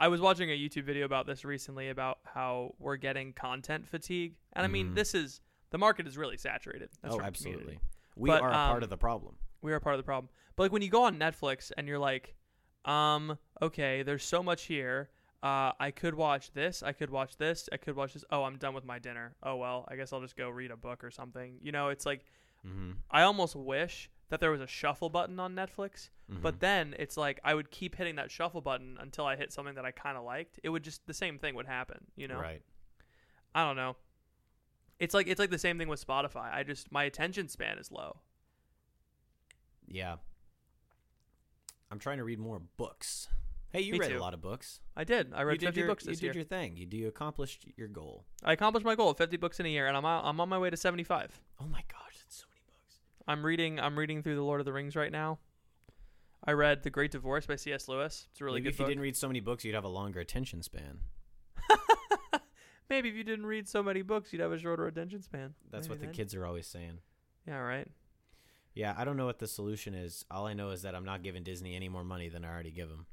Speaker 2: I I was watching a YouTube video about this recently about how we're getting content fatigue, and I mean
Speaker 1: Mhm.
Speaker 2: this is the market is really saturated. That's
Speaker 1: oh,
Speaker 2: our
Speaker 1: absolutely.
Speaker 2: community.
Speaker 1: We
Speaker 2: But,
Speaker 1: are a part
Speaker 2: um,
Speaker 1: of the problem.
Speaker 2: We are part of the problem. But like when you go on Netflix and you're like, um, okay, there's so much here. Uh, I could watch this. I could watch this. I could watch this. Oh, I'm done with my dinner. Oh well, I guess I'll just go read a book or something. You know, it's like
Speaker 1: Mm-hmm.
Speaker 2: I almost wish that there was a shuffle button on Netflix,
Speaker 1: Mm-hmm.
Speaker 2: but then it's like I would keep hitting that shuffle button until I hit something that I kind of liked. It would just the same thing would happen, you know.
Speaker 1: right?
Speaker 2: I don't know. It's like it's like the same thing with Spotify. I just my attention span is low.
Speaker 1: Yeah. I'm trying to read more books. Hey, you
Speaker 2: Me
Speaker 1: read
Speaker 2: too.
Speaker 1: a lot of books.
Speaker 2: I did. I
Speaker 1: you
Speaker 2: read
Speaker 1: did
Speaker 2: 50
Speaker 1: your,
Speaker 2: books
Speaker 1: You
Speaker 2: this
Speaker 1: did
Speaker 2: year.
Speaker 1: your thing. You do you accomplished your goal.
Speaker 2: I accomplished my goal, 50 books in a year, and I'm out, I'm on my way to 75.
Speaker 1: Oh my gosh, that's so many books.
Speaker 2: I'm reading I'm reading through the Lord of the Rings right now. I read The Great Divorce by C.S. Lewis. It's a really
Speaker 1: Maybe
Speaker 2: good
Speaker 1: if
Speaker 2: book.
Speaker 1: you didn't read so many books, you'd have a longer attention span.
Speaker 2: Maybe if you didn't read so many books, you'd have a shorter attention span.
Speaker 1: That's
Speaker 2: Maybe
Speaker 1: what the
Speaker 2: then.
Speaker 1: kids are always saying.
Speaker 2: Yeah, right.
Speaker 1: Yeah, I don't know what the solution is. All I know is that I'm not giving Disney any more money than I already give them.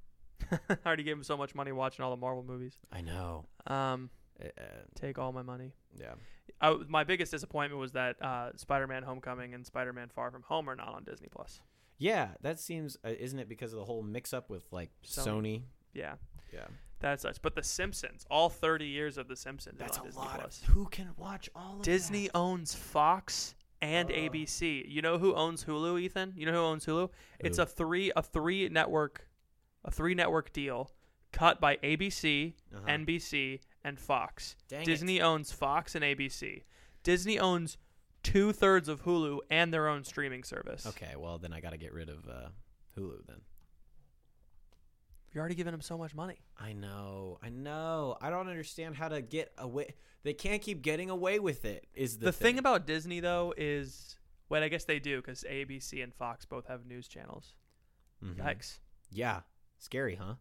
Speaker 2: I already gave him so much money watching all the Marvel movies.
Speaker 1: I know.
Speaker 2: Um,
Speaker 1: Uh, uh,
Speaker 2: take all my money.
Speaker 1: yeah.
Speaker 2: I, my biggest disappointment was that uh, Spider-Man: Homecoming and Spider-Man: Far From Home are not on Disney Plus.
Speaker 1: Yeah, that seems uh, isn't it because of the whole mix up with like Sony?
Speaker 2: Sony. Yeah,
Speaker 1: Yeah.
Speaker 2: That's such. But The Simpsons, all 30 years of The Simpsons.
Speaker 1: That's
Speaker 2: is
Speaker 1: a
Speaker 2: on Disney
Speaker 1: lot.
Speaker 2: Plus.
Speaker 1: Of, who can watch all of
Speaker 2: Disney
Speaker 1: that?
Speaker 2: owns Fox and ABC. You know who owns Hulu, Ethan? You know Uh. who owns Hulu? It's a three a three network a three network deal cut by ABC,
Speaker 1: Uh-huh.
Speaker 2: NBC, and Fox.
Speaker 1: Dang it.
Speaker 2: Disney owns Fox and ABC. Disney owns two thirds of Hulu and their own streaming service.
Speaker 1: Okay, well then I got to get rid of uh, Hulu then.
Speaker 2: You're already giving them so much money.
Speaker 1: I know, I know. I don't understand how to get away. They can't keep getting away with it. Is the,
Speaker 2: The, thing. about Disney though is well, I guess they do because ABC and Fox both have news channels.
Speaker 1: Mhm.
Speaker 2: Yikes.
Speaker 1: yeah, scary, huh?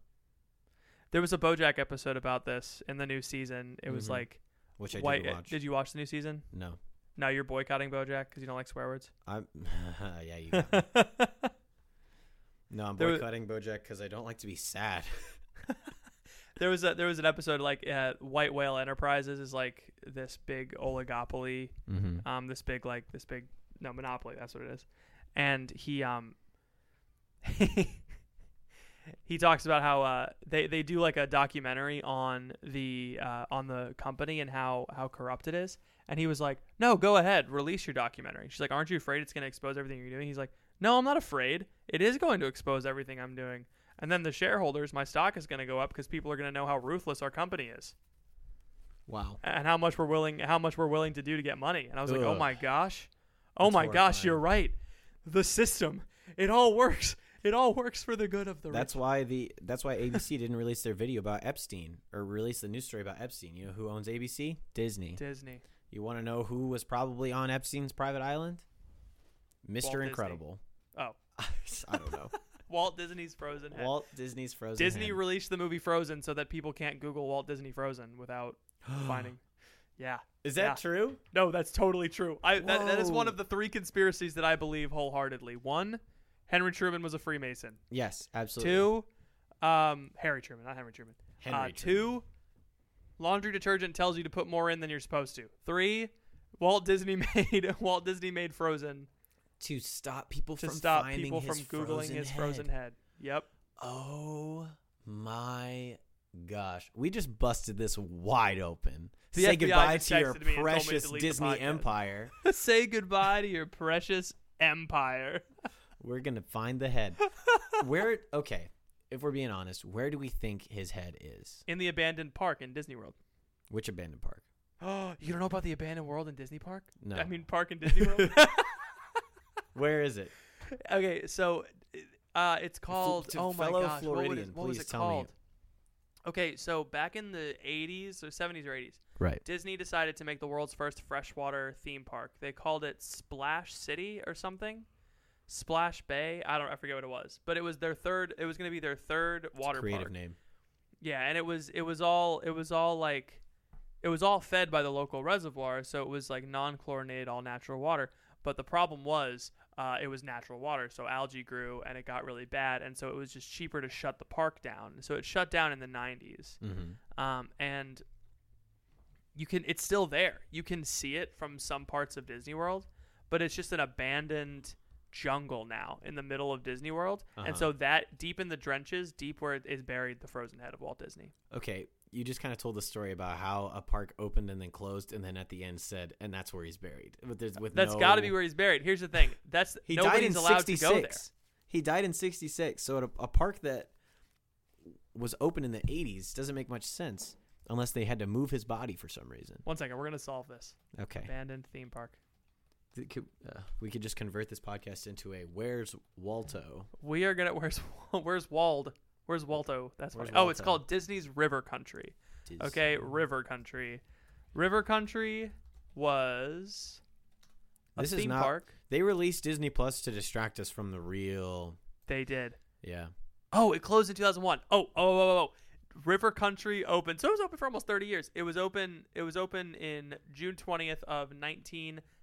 Speaker 2: There was a BoJack episode about this in the new season. It was
Speaker 1: Mhm.
Speaker 2: like
Speaker 1: Which I
Speaker 2: Why-
Speaker 1: didn't
Speaker 2: uh,
Speaker 1: watch.
Speaker 2: Did you watch the new season?
Speaker 1: No,
Speaker 2: Now you're boycotting BoJack because you don't like swear words.
Speaker 1: I'm. yeah, you. Got me. No, I'm
Speaker 2: There was-
Speaker 1: boycotting BoJack because I don't like to be sad.
Speaker 2: there was a there was an episode like uh, White Whale Enterprises is like this big oligopoly,
Speaker 1: mm-hmm.
Speaker 2: um, this big like this big no monopoly. That's what it is. And he um, he talks about how uh, they they do like a documentary on the uh, on the company and how how corrupt it is. And he was like, "No, go ahead, release your documentary." She's like, "Aren't you afraid it's going to expose everything you're doing?" He's like, "No, I'm not afraid. It is going to expose everything I'm doing." And then the shareholders, my stock is going to go up because people are going to know how ruthless our company is
Speaker 1: Wow.
Speaker 2: and how much we're willing how much we're willing to do to get money. And I was like, "Oh
Speaker 1: Ugh.
Speaker 2: my gosh. Oh
Speaker 1: That's
Speaker 2: my gosh,
Speaker 1: horrifying.
Speaker 2: you're right. The system. It all works. It all works for the good of the
Speaker 1: That's
Speaker 2: rich."
Speaker 1: why the that's why ABC didn't release their video about Epstein or release the news story about Epstein. You know who owns ABC? Disney.
Speaker 2: Disney.
Speaker 1: you want to know who was probably on Epstein's private island? Mister
Speaker 2: Disney.
Speaker 1: Incredible.
Speaker 2: Oh,
Speaker 1: I don't know.
Speaker 2: Walt Disney's Frozen. Head.
Speaker 1: Walt Disney's Frozen.
Speaker 2: Disney
Speaker 1: Head.
Speaker 2: released the movie Frozen so that people can't Google Walt Disney Frozen without finding. Yeah.
Speaker 1: Is that
Speaker 2: Yeah.
Speaker 1: true?
Speaker 2: No, that's totally true. I that, that is one
Speaker 1: Whoa.
Speaker 2: of the three conspiracies that I believe wholeheartedly. One, Henry Truman was a Freemason.
Speaker 1: Yes, absolutely.
Speaker 2: Two, um, Harry Truman, not Henry Truman. uh,
Speaker 1: Henry
Speaker 2: Two, laundry detergent tells you to put more in than you're supposed to. Three, Walt Disney made Walt Disney made Frozen
Speaker 1: to stop people
Speaker 2: to
Speaker 1: from
Speaker 2: stop
Speaker 1: finding
Speaker 2: people
Speaker 1: his
Speaker 2: from googling his frozen head. Yep.
Speaker 1: Oh my gosh. We just busted this wide open.
Speaker 2: The
Speaker 1: Say
Speaker 2: FBI
Speaker 1: goodbye
Speaker 2: just
Speaker 1: to your
Speaker 2: texted me and told me to
Speaker 1: precious
Speaker 2: delete the
Speaker 1: Disney
Speaker 2: podcast.
Speaker 1: empire.
Speaker 2: Say goodbye to your precious empire.
Speaker 1: We're going to find the head. Where, okay, if we're being honest, where do we think his head is?
Speaker 2: In the abandoned park in Disney World.
Speaker 1: Which abandoned park?
Speaker 2: Oh, you don't know about the abandoned world in Disney Park?
Speaker 1: No.
Speaker 2: I mean park in Disney World.
Speaker 1: Where is it?
Speaker 2: okay, so uh, it's called.
Speaker 1: to
Speaker 2: oh my
Speaker 1: fellow
Speaker 2: gosh, what, would
Speaker 1: Floridian,
Speaker 2: it, what was
Speaker 1: please
Speaker 2: it
Speaker 1: tell me.
Speaker 2: called? Okay, so back in the '80s or '70s or '80s,
Speaker 1: Right.
Speaker 2: Disney decided to make the world's first freshwater theme park. They called it Splash City or something, Splash Bay. I don't, I forget what it was, but it was their third. It was going to be their third water
Speaker 1: Creative
Speaker 2: park.
Speaker 1: name.
Speaker 2: Yeah, and it was it was all it was all like it was all fed by the local reservoir, so it was like non-chlorinated, all natural water. But the problem was, uh, it was natural water, so algae grew and it got really bad, and so it was just cheaper to shut the park down. So it shut down in the '90s,
Speaker 1: Mm-hmm.
Speaker 2: um, and you can it's still there. You can see it from some parts of Disney World, but it's just an abandoned jungle now in the middle of Disney World,
Speaker 1: Uh-huh.
Speaker 2: and so that deep in the drenches, deep where it is buried, the frozen head of Walt Disney.
Speaker 1: Okay, you just kind of told the story about how a park opened and then closed, and then at the end said, and that's where he's buried. But there's with
Speaker 2: That's
Speaker 1: no...
Speaker 2: got to be where he's buried. Here's the thing. That's
Speaker 1: He died
Speaker 2: nobody's
Speaker 1: in
Speaker 2: allowed to go there.
Speaker 1: 66. He died in 66. So at a, a park that was open in the 80s doesn't make much sense unless they had to move his body for some reason.
Speaker 2: One second, we're gonna solve this.
Speaker 1: Okay.
Speaker 2: Abandoned theme park.
Speaker 1: Th- could- uh, we could just convert this podcast into a Where's Walto?
Speaker 2: We are gonna. Where's Where's Wald? Where's Waldo? That's
Speaker 1: Where's
Speaker 2: funny. Oh, it's
Speaker 1: Waldo?
Speaker 2: called Disney's River Country. Okay, River Country. River Country was a
Speaker 1: This
Speaker 2: theme
Speaker 1: is not.
Speaker 2: park.
Speaker 1: They released Disney Plus to distract us from the real.
Speaker 2: They did.
Speaker 1: Yeah.
Speaker 2: Oh, it closed in 2001. Oh, oh, oh, oh, oh. River Country opened. So it was open for almost 30 years. It was open. It was open in June 20th of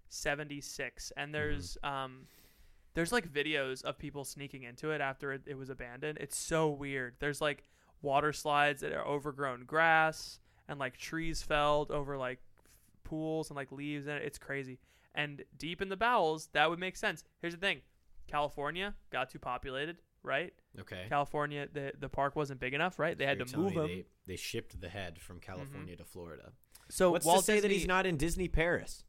Speaker 2: 1976, and there's um, there's like videos of people sneaking into it after it, it was abandoned. It's so weird. There's like water slides that are overgrown grass, and like trees felled over like f- pools and like leaves, and it's crazy. And deep in the bowels, that would make sense. Here's the thing: California got too populated, right?
Speaker 1: Okay.
Speaker 2: California, the the park wasn't big enough, right? They had
Speaker 1: You're
Speaker 2: to
Speaker 1: telling
Speaker 2: move
Speaker 1: me
Speaker 2: him. Mm-hmm.
Speaker 1: They, they shipped the head from California to Florida.
Speaker 2: So
Speaker 1: What's
Speaker 2: Walt
Speaker 1: to say
Speaker 2: Disney,
Speaker 1: that he's not in Disney Paris?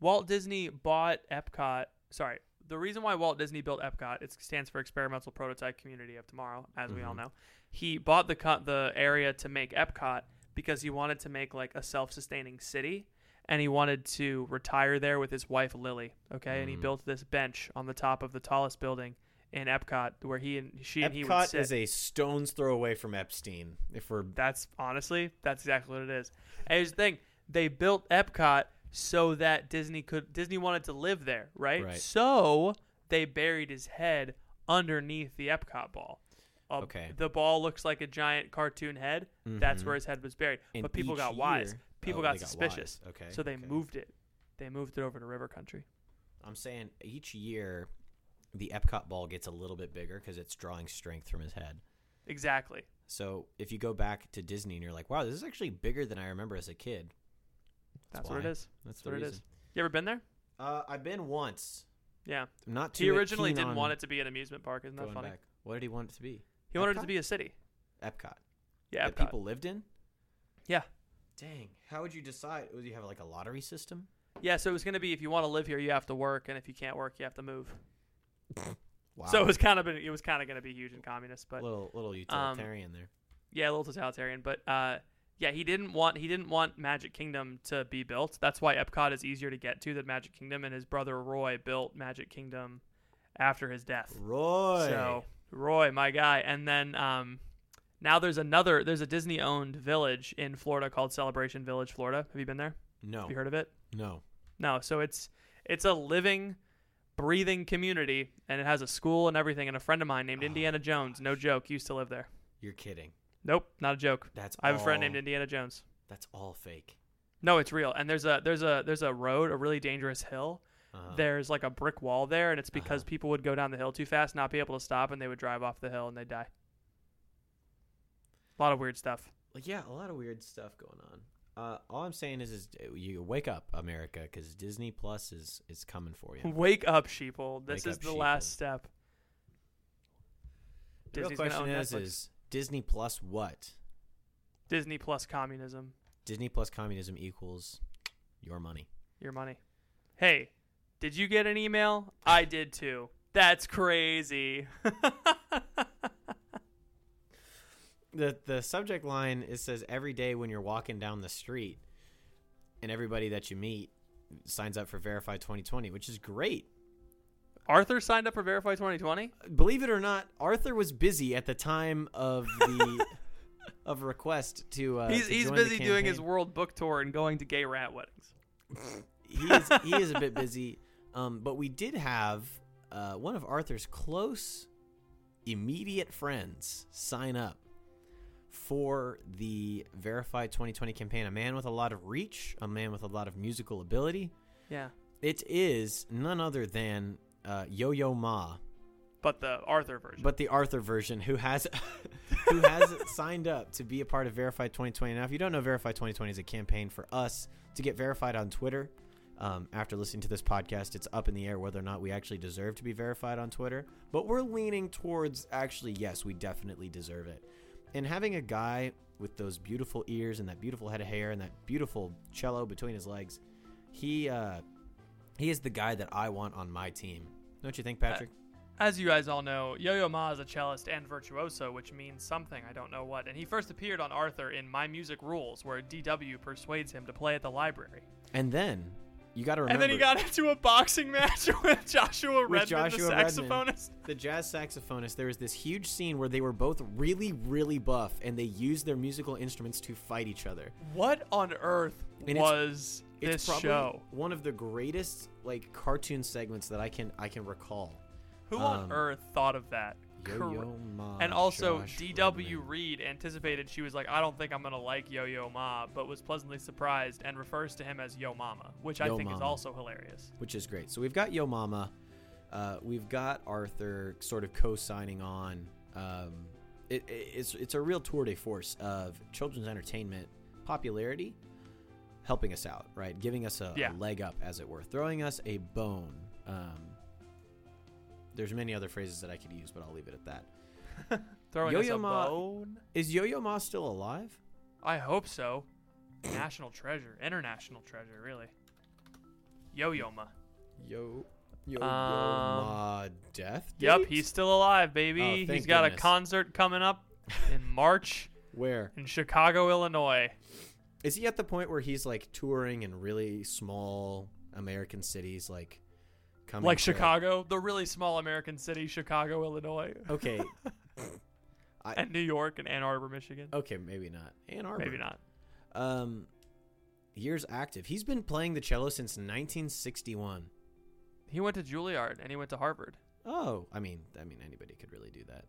Speaker 2: Walt Disney bought Epcot. Sorry, the reason why Walt Disney built Epcot it stands for Experimental Prototype Community of Tomorrow, as we
Speaker 1: Mm-hmm.
Speaker 2: all know. He bought the co- the area to make Epcot because he wanted to make like a self-sustaining city, and he wanted to retire there with his wife Lily. Okay, and
Speaker 1: Mm-hmm.
Speaker 2: he built this bench on the top of the tallest building in Epcot where he and she and he would
Speaker 1: Epcot
Speaker 2: sit.
Speaker 1: is a stone's throw away from Epstein. If we're
Speaker 2: That's honestly, that's exactly what it is. And here's the thing: they built Epcot so that Disney could Disney wanted to live there, right?
Speaker 1: Right.
Speaker 2: So they buried his head underneath the Epcot ball. Uh,
Speaker 1: Okay. Mm-hmm.
Speaker 2: The ball looks like a giant cartoon head. That's where his head was buried.
Speaker 1: And
Speaker 2: but people
Speaker 1: each
Speaker 2: got wise.
Speaker 1: year-
Speaker 2: People
Speaker 1: Oh,
Speaker 2: got
Speaker 1: they got
Speaker 2: suspicious.
Speaker 1: wise. Okay,
Speaker 2: So they
Speaker 1: okay.
Speaker 2: moved it. They moved it over to River Country.
Speaker 1: I'm saying each year, the Epcot ball gets a little bit bigger because it's drawing strength from his head.
Speaker 2: Exactly.
Speaker 1: So if you go back to Disney and you're like, wow, this is actually bigger than I remember as a kid.
Speaker 2: That's, what it
Speaker 1: why.
Speaker 2: is.
Speaker 1: That's the
Speaker 2: what it is.
Speaker 1: reason.
Speaker 2: You ever been there?
Speaker 1: Uh, I've been once.
Speaker 2: Yeah.
Speaker 1: I'm not too.
Speaker 2: He originally
Speaker 1: keen
Speaker 2: didn't
Speaker 1: on
Speaker 2: want it to be an amusement park. Isn't that
Speaker 1: going
Speaker 2: funny?
Speaker 1: back. What did he want it to be?
Speaker 2: He wanted it
Speaker 1: Epcot?
Speaker 2: to be a city.
Speaker 1: Epcot.
Speaker 2: Yeah.
Speaker 1: That
Speaker 2: Epcot.
Speaker 1: people lived in.
Speaker 2: Yeah.
Speaker 1: Dang. How would you decide? Would you have like a lottery system?
Speaker 2: Yeah, so it was going to be if you want to live here, you have to work, and if you can't work, you have to move.
Speaker 1: Wow.
Speaker 2: So it was Um, kind of been, it was kind of going to be huge and communist, but
Speaker 1: little little utilitarian there.
Speaker 2: yeah, a little totalitarian. But uh, yeah, he didn't want he didn't want Magic Kingdom to be built. That's why Epcot is easier to get to than Magic Kingdom, and his brother Roy built Magic Kingdom after his death.
Speaker 1: Roy.
Speaker 2: uh, So Roy, my guy, and then um, now there's another there's a Disney owned village in Florida called Celebration Village, Florida. Have you been there?
Speaker 1: no,
Speaker 2: Have you heard of it?
Speaker 1: no.
Speaker 2: No, so it's it's a living, breathing community, and it has a school and everything. And a friend of mine named
Speaker 1: Ah.
Speaker 2: Indiana Jones, no joke, used to live there.
Speaker 1: You're kidding.
Speaker 2: Nope, not a joke.
Speaker 1: That's
Speaker 2: I have a friend
Speaker 1: all-
Speaker 2: named Indiana Jones.
Speaker 1: That's all fake.
Speaker 2: No, it's real. And there's a there's a there's a road, a really dangerous hill.
Speaker 1: Uh-huh.
Speaker 2: There's like a brick wall there, and it's because people would go down the hill too fast, not be able to stop, and they would drive off the hill and they die. A lot of weird stuff.
Speaker 1: Like, yeah, a lot of weird stuff going on. Uh, all I'm saying is, is you wake up, America, because Disney Plus is is coming for you.
Speaker 2: Wake up, sheeple. This
Speaker 1: Wake
Speaker 2: is
Speaker 1: up,
Speaker 2: the
Speaker 1: sheeple.
Speaker 2: last step.
Speaker 1: The real
Speaker 2: Disney's gonna
Speaker 1: question
Speaker 2: own
Speaker 1: is,
Speaker 2: Netflix.
Speaker 1: is Disney Plus what?
Speaker 2: Disney plus communism.
Speaker 1: Disney Plus communism equals your money.
Speaker 2: your money. Hey, did you get an email? I did too. That's crazy.
Speaker 1: the The subject line it says every day when you're walking down the street, and everybody that you meet signs up for Verify 2020, which is great.
Speaker 2: Arthur signed up for Verify 2020.
Speaker 1: believe it or not, Arthur was busy at the time of the of request to. Uh,
Speaker 2: he's
Speaker 1: to
Speaker 2: he's
Speaker 1: join the
Speaker 2: busy doing his
Speaker 1: campaign.
Speaker 2: world book tour and going to gay rat weddings.
Speaker 1: He is, he is a bit busy, um, but we did have uh, one of Arthur's close, immediate friends sign up for the Verify 2020 campaign. A man with a lot of reach, a man with a lot of musical ability.
Speaker 2: Yeah,
Speaker 1: It is none other than uh, Yo Yo Ma.
Speaker 2: but the Arthur version.
Speaker 1: but the Arthur version who has who has signed up to be a part of Verify 2020. Now, if you don't know, Verify 2020 is a campaign for us to get verified on Twitter. Um, after listening to this podcast, it's up in the air whether or not we actually deserve to be verified on Twitter. But we're leaning towards actually, yes, we definitely deserve it. And having a guy with those beautiful ears and that beautiful head of hair and that beautiful cello between his legs, he uh, he is the guy that I want on my team. Don't you think, Patrick?
Speaker 2: As you guys all know, Yo-Yo Ma is a cellist and virtuoso, which means something I don't know what. And he first appeared on Arthur in My Music Rules, where DW persuades him to play at the library.
Speaker 1: And then you got to remember.
Speaker 2: And then he got into a boxing match with Joshua Redman,
Speaker 1: with Joshua
Speaker 2: the
Speaker 1: Redman,
Speaker 2: saxophonist.
Speaker 1: the jazz saxophonist. There was this huge scene where they were both really, really buff, and they used their musical instruments to fight each other.
Speaker 2: What on earth
Speaker 1: And it's-
Speaker 2: was
Speaker 1: It's
Speaker 2: this
Speaker 1: probably
Speaker 2: show?
Speaker 1: one of the greatest like cartoon segments that I can I can recall.
Speaker 2: Who on
Speaker 1: um,
Speaker 2: earth thought of that?
Speaker 1: Yo-Yo
Speaker 2: Cor-
Speaker 1: Ma,
Speaker 2: and also,
Speaker 1: Josh
Speaker 2: D.W.
Speaker 1: Redman.
Speaker 2: Reed anticipated she was like, I don't think I'm gonna like Yo Yo Ma, but was pleasantly surprised and refers to him as Yo Mama, which I
Speaker 1: Yo
Speaker 2: think is
Speaker 1: Mama.
Speaker 2: also hilarious.
Speaker 1: which is great. So we've got Yo Mama, uh, we've got Arthur sort of co-signing on. Um, it, it- it's it's a real tour de force of children's entertainment popularity, helping us out, right? Giving us a, a
Speaker 2: Yeah.
Speaker 1: leg up, as it were, throwing us a bone. Um, There's many other phrases that I could use, but I'll leave it at that.
Speaker 2: Throwing us
Speaker 1: Yo-Yo
Speaker 2: a
Speaker 1: Ma-
Speaker 2: bone.
Speaker 1: Is Yo-Yo Ma still alive?
Speaker 2: I hope so. National treasure, international treasure, really. Yo-Yo Ma.
Speaker 1: Yo, Yo-Yo
Speaker 2: Um,
Speaker 1: Ma death.
Speaker 2: Yep,
Speaker 1: date?
Speaker 2: he's still alive, baby.
Speaker 1: Oh,
Speaker 2: he's
Speaker 1: thank
Speaker 2: got a
Speaker 1: goodness.
Speaker 2: concert coming up in March
Speaker 1: where
Speaker 2: in Chicago, Illinois.
Speaker 1: is he at the point where he's like touring in really small American cities, like coming
Speaker 2: Like
Speaker 1: to-
Speaker 2: Chicago, the really small American city, Chicago, Illinois,
Speaker 1: Okay, I-
Speaker 2: and New York and Ann Arbor, Michigan.
Speaker 1: okay, maybe not. Ann Arbor,
Speaker 2: Maybe not.
Speaker 1: Um, years active. He's been playing the cello since 1961.
Speaker 2: He went to Juilliard and he went to Harvard.
Speaker 1: Oh, I mean, I mean, anybody could really do that.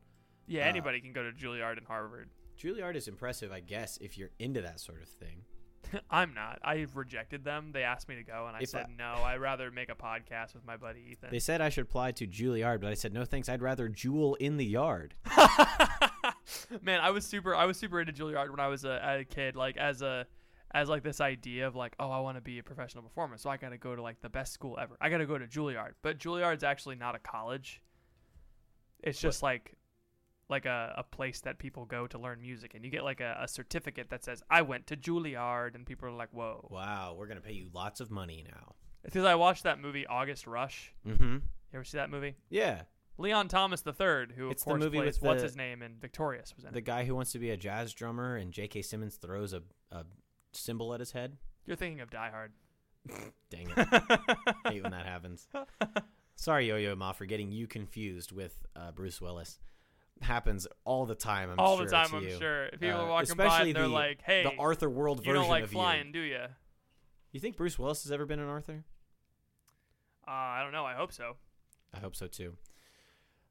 Speaker 2: Yeah,
Speaker 1: Uh,
Speaker 2: anybody can go to Juilliard and Harvard.
Speaker 1: Juilliard is impressive, I guess, if you're into that sort of thing.
Speaker 2: I'm not. I rejected them. They asked me to go, and I
Speaker 1: If
Speaker 2: said
Speaker 1: I-
Speaker 2: no. I'd rather make a podcast with my buddy Ethan.
Speaker 1: They said I should apply to Juilliard, but I said no, thanks. I'd rather jewel in the yard.
Speaker 2: Man, I was super. I was super into Juilliard when I was a, a kid. Like as a, as like this idea of like, oh, I want to be a professional performer, so I gotta go to like the best school ever. I gotta go to Juilliard. But Juilliard's actually not a college. It's just like, like a, a place that people go to learn music, and you get like a, a certificate that says I went to Juilliard, and people are like, whoa.
Speaker 1: Wow, we're gonna pay you lots of money now.
Speaker 2: Because I watched that movie August Rush.
Speaker 1: Mm-hmm.
Speaker 2: You ever see that movie?
Speaker 1: Yeah,
Speaker 2: Leon Thomas III, who of
Speaker 1: It's the
Speaker 2: course
Speaker 1: movie
Speaker 2: plays
Speaker 1: with
Speaker 2: what's
Speaker 1: the-
Speaker 2: his name in Victorious, was in
Speaker 1: the
Speaker 2: it.
Speaker 1: guy who wants to be a jazz drummer and J.K. Simmons throws a, a cymbal at his head.
Speaker 2: You're thinking of Die Hard.
Speaker 1: Dang it, hate when that happens. Sorry, Yo-Yo Ma, for getting you confused with uh, Bruce Willis. Happens all the time. I'm
Speaker 2: all
Speaker 1: sure
Speaker 2: the time,
Speaker 1: to
Speaker 2: I'm
Speaker 1: you.
Speaker 2: sure. If people
Speaker 1: Uh,
Speaker 2: are walking by,
Speaker 1: especially
Speaker 2: and they're
Speaker 1: the-
Speaker 2: like, "Hey,
Speaker 1: the Arthur World
Speaker 2: you
Speaker 1: version
Speaker 2: don't like
Speaker 1: of
Speaker 2: flying,
Speaker 1: you.
Speaker 2: do you?"
Speaker 1: You think Bruce Willis has ever been an Arthur?
Speaker 2: Uh, I don't know. I hope so.
Speaker 1: I hope so too.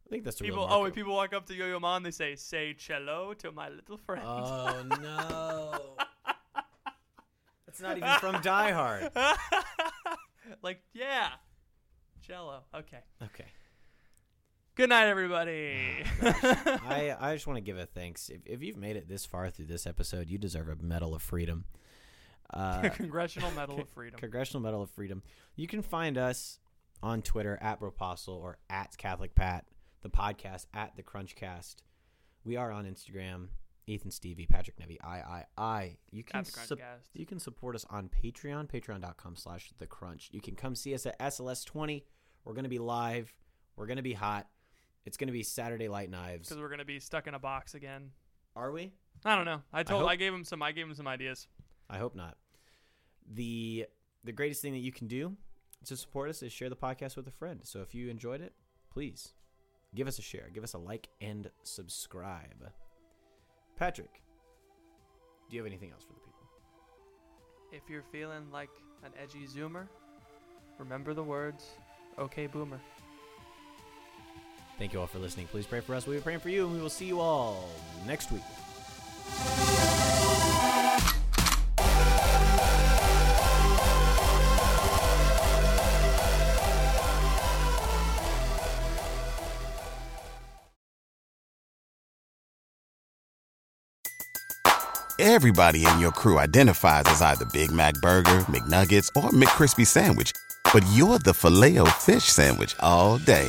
Speaker 1: I think that's the
Speaker 2: People,
Speaker 1: Real
Speaker 2: oh,
Speaker 1: Marco.
Speaker 2: when people walk up to Yo Yo Ma, and they say, "Say cello to my little friend."
Speaker 1: Oh no. That's not even from Die Hard.
Speaker 2: like, yeah, cello. Okay.
Speaker 1: Okay.
Speaker 2: Good night, everybody.
Speaker 1: I, I just want to give a thanks. If, if you've made it this far through this episode, you deserve a Medal of Freedom. Uh,
Speaker 2: Congressional Medal of Freedom.
Speaker 1: Congressional Medal of Freedom. You can find us on Twitter at Bropostle or at Catholic Pat, the podcast at the Crunchcast. We are on Instagram. Ethan Stevie, Patrick Nevy, I, I, I. You can
Speaker 2: At The
Speaker 1: sup-
Speaker 2: Crunchcast.
Speaker 1: you can support us on Patreon, patreon.com slash the crunch. You can come see us at SLS twenty. We're gonna be live. We're gonna be hot. It's gonna be Saturday Light Knives.
Speaker 2: Because we're gonna be stuck in a box again.
Speaker 1: Are we?
Speaker 2: I don't know. I told.
Speaker 1: hope-
Speaker 2: I gave him some. I gave him some ideas.
Speaker 1: I hope not. The the greatest thing that you can do to support us is share the podcast with a friend. So if you enjoyed it, please give us a share, give us a like and subscribe. Patrick, do you have anything else for the people?
Speaker 2: If you're feeling like an edgy zoomer, remember the words, okay, boomer.
Speaker 1: Thank you all for listening. Please pray for us. We'll be praying for you, and we will see you all next week.
Speaker 3: Everybody in your crew identifies as either Big Mac Burger, McNuggets, or McCrispy Sandwich. But you're the filet fish Sandwich all day.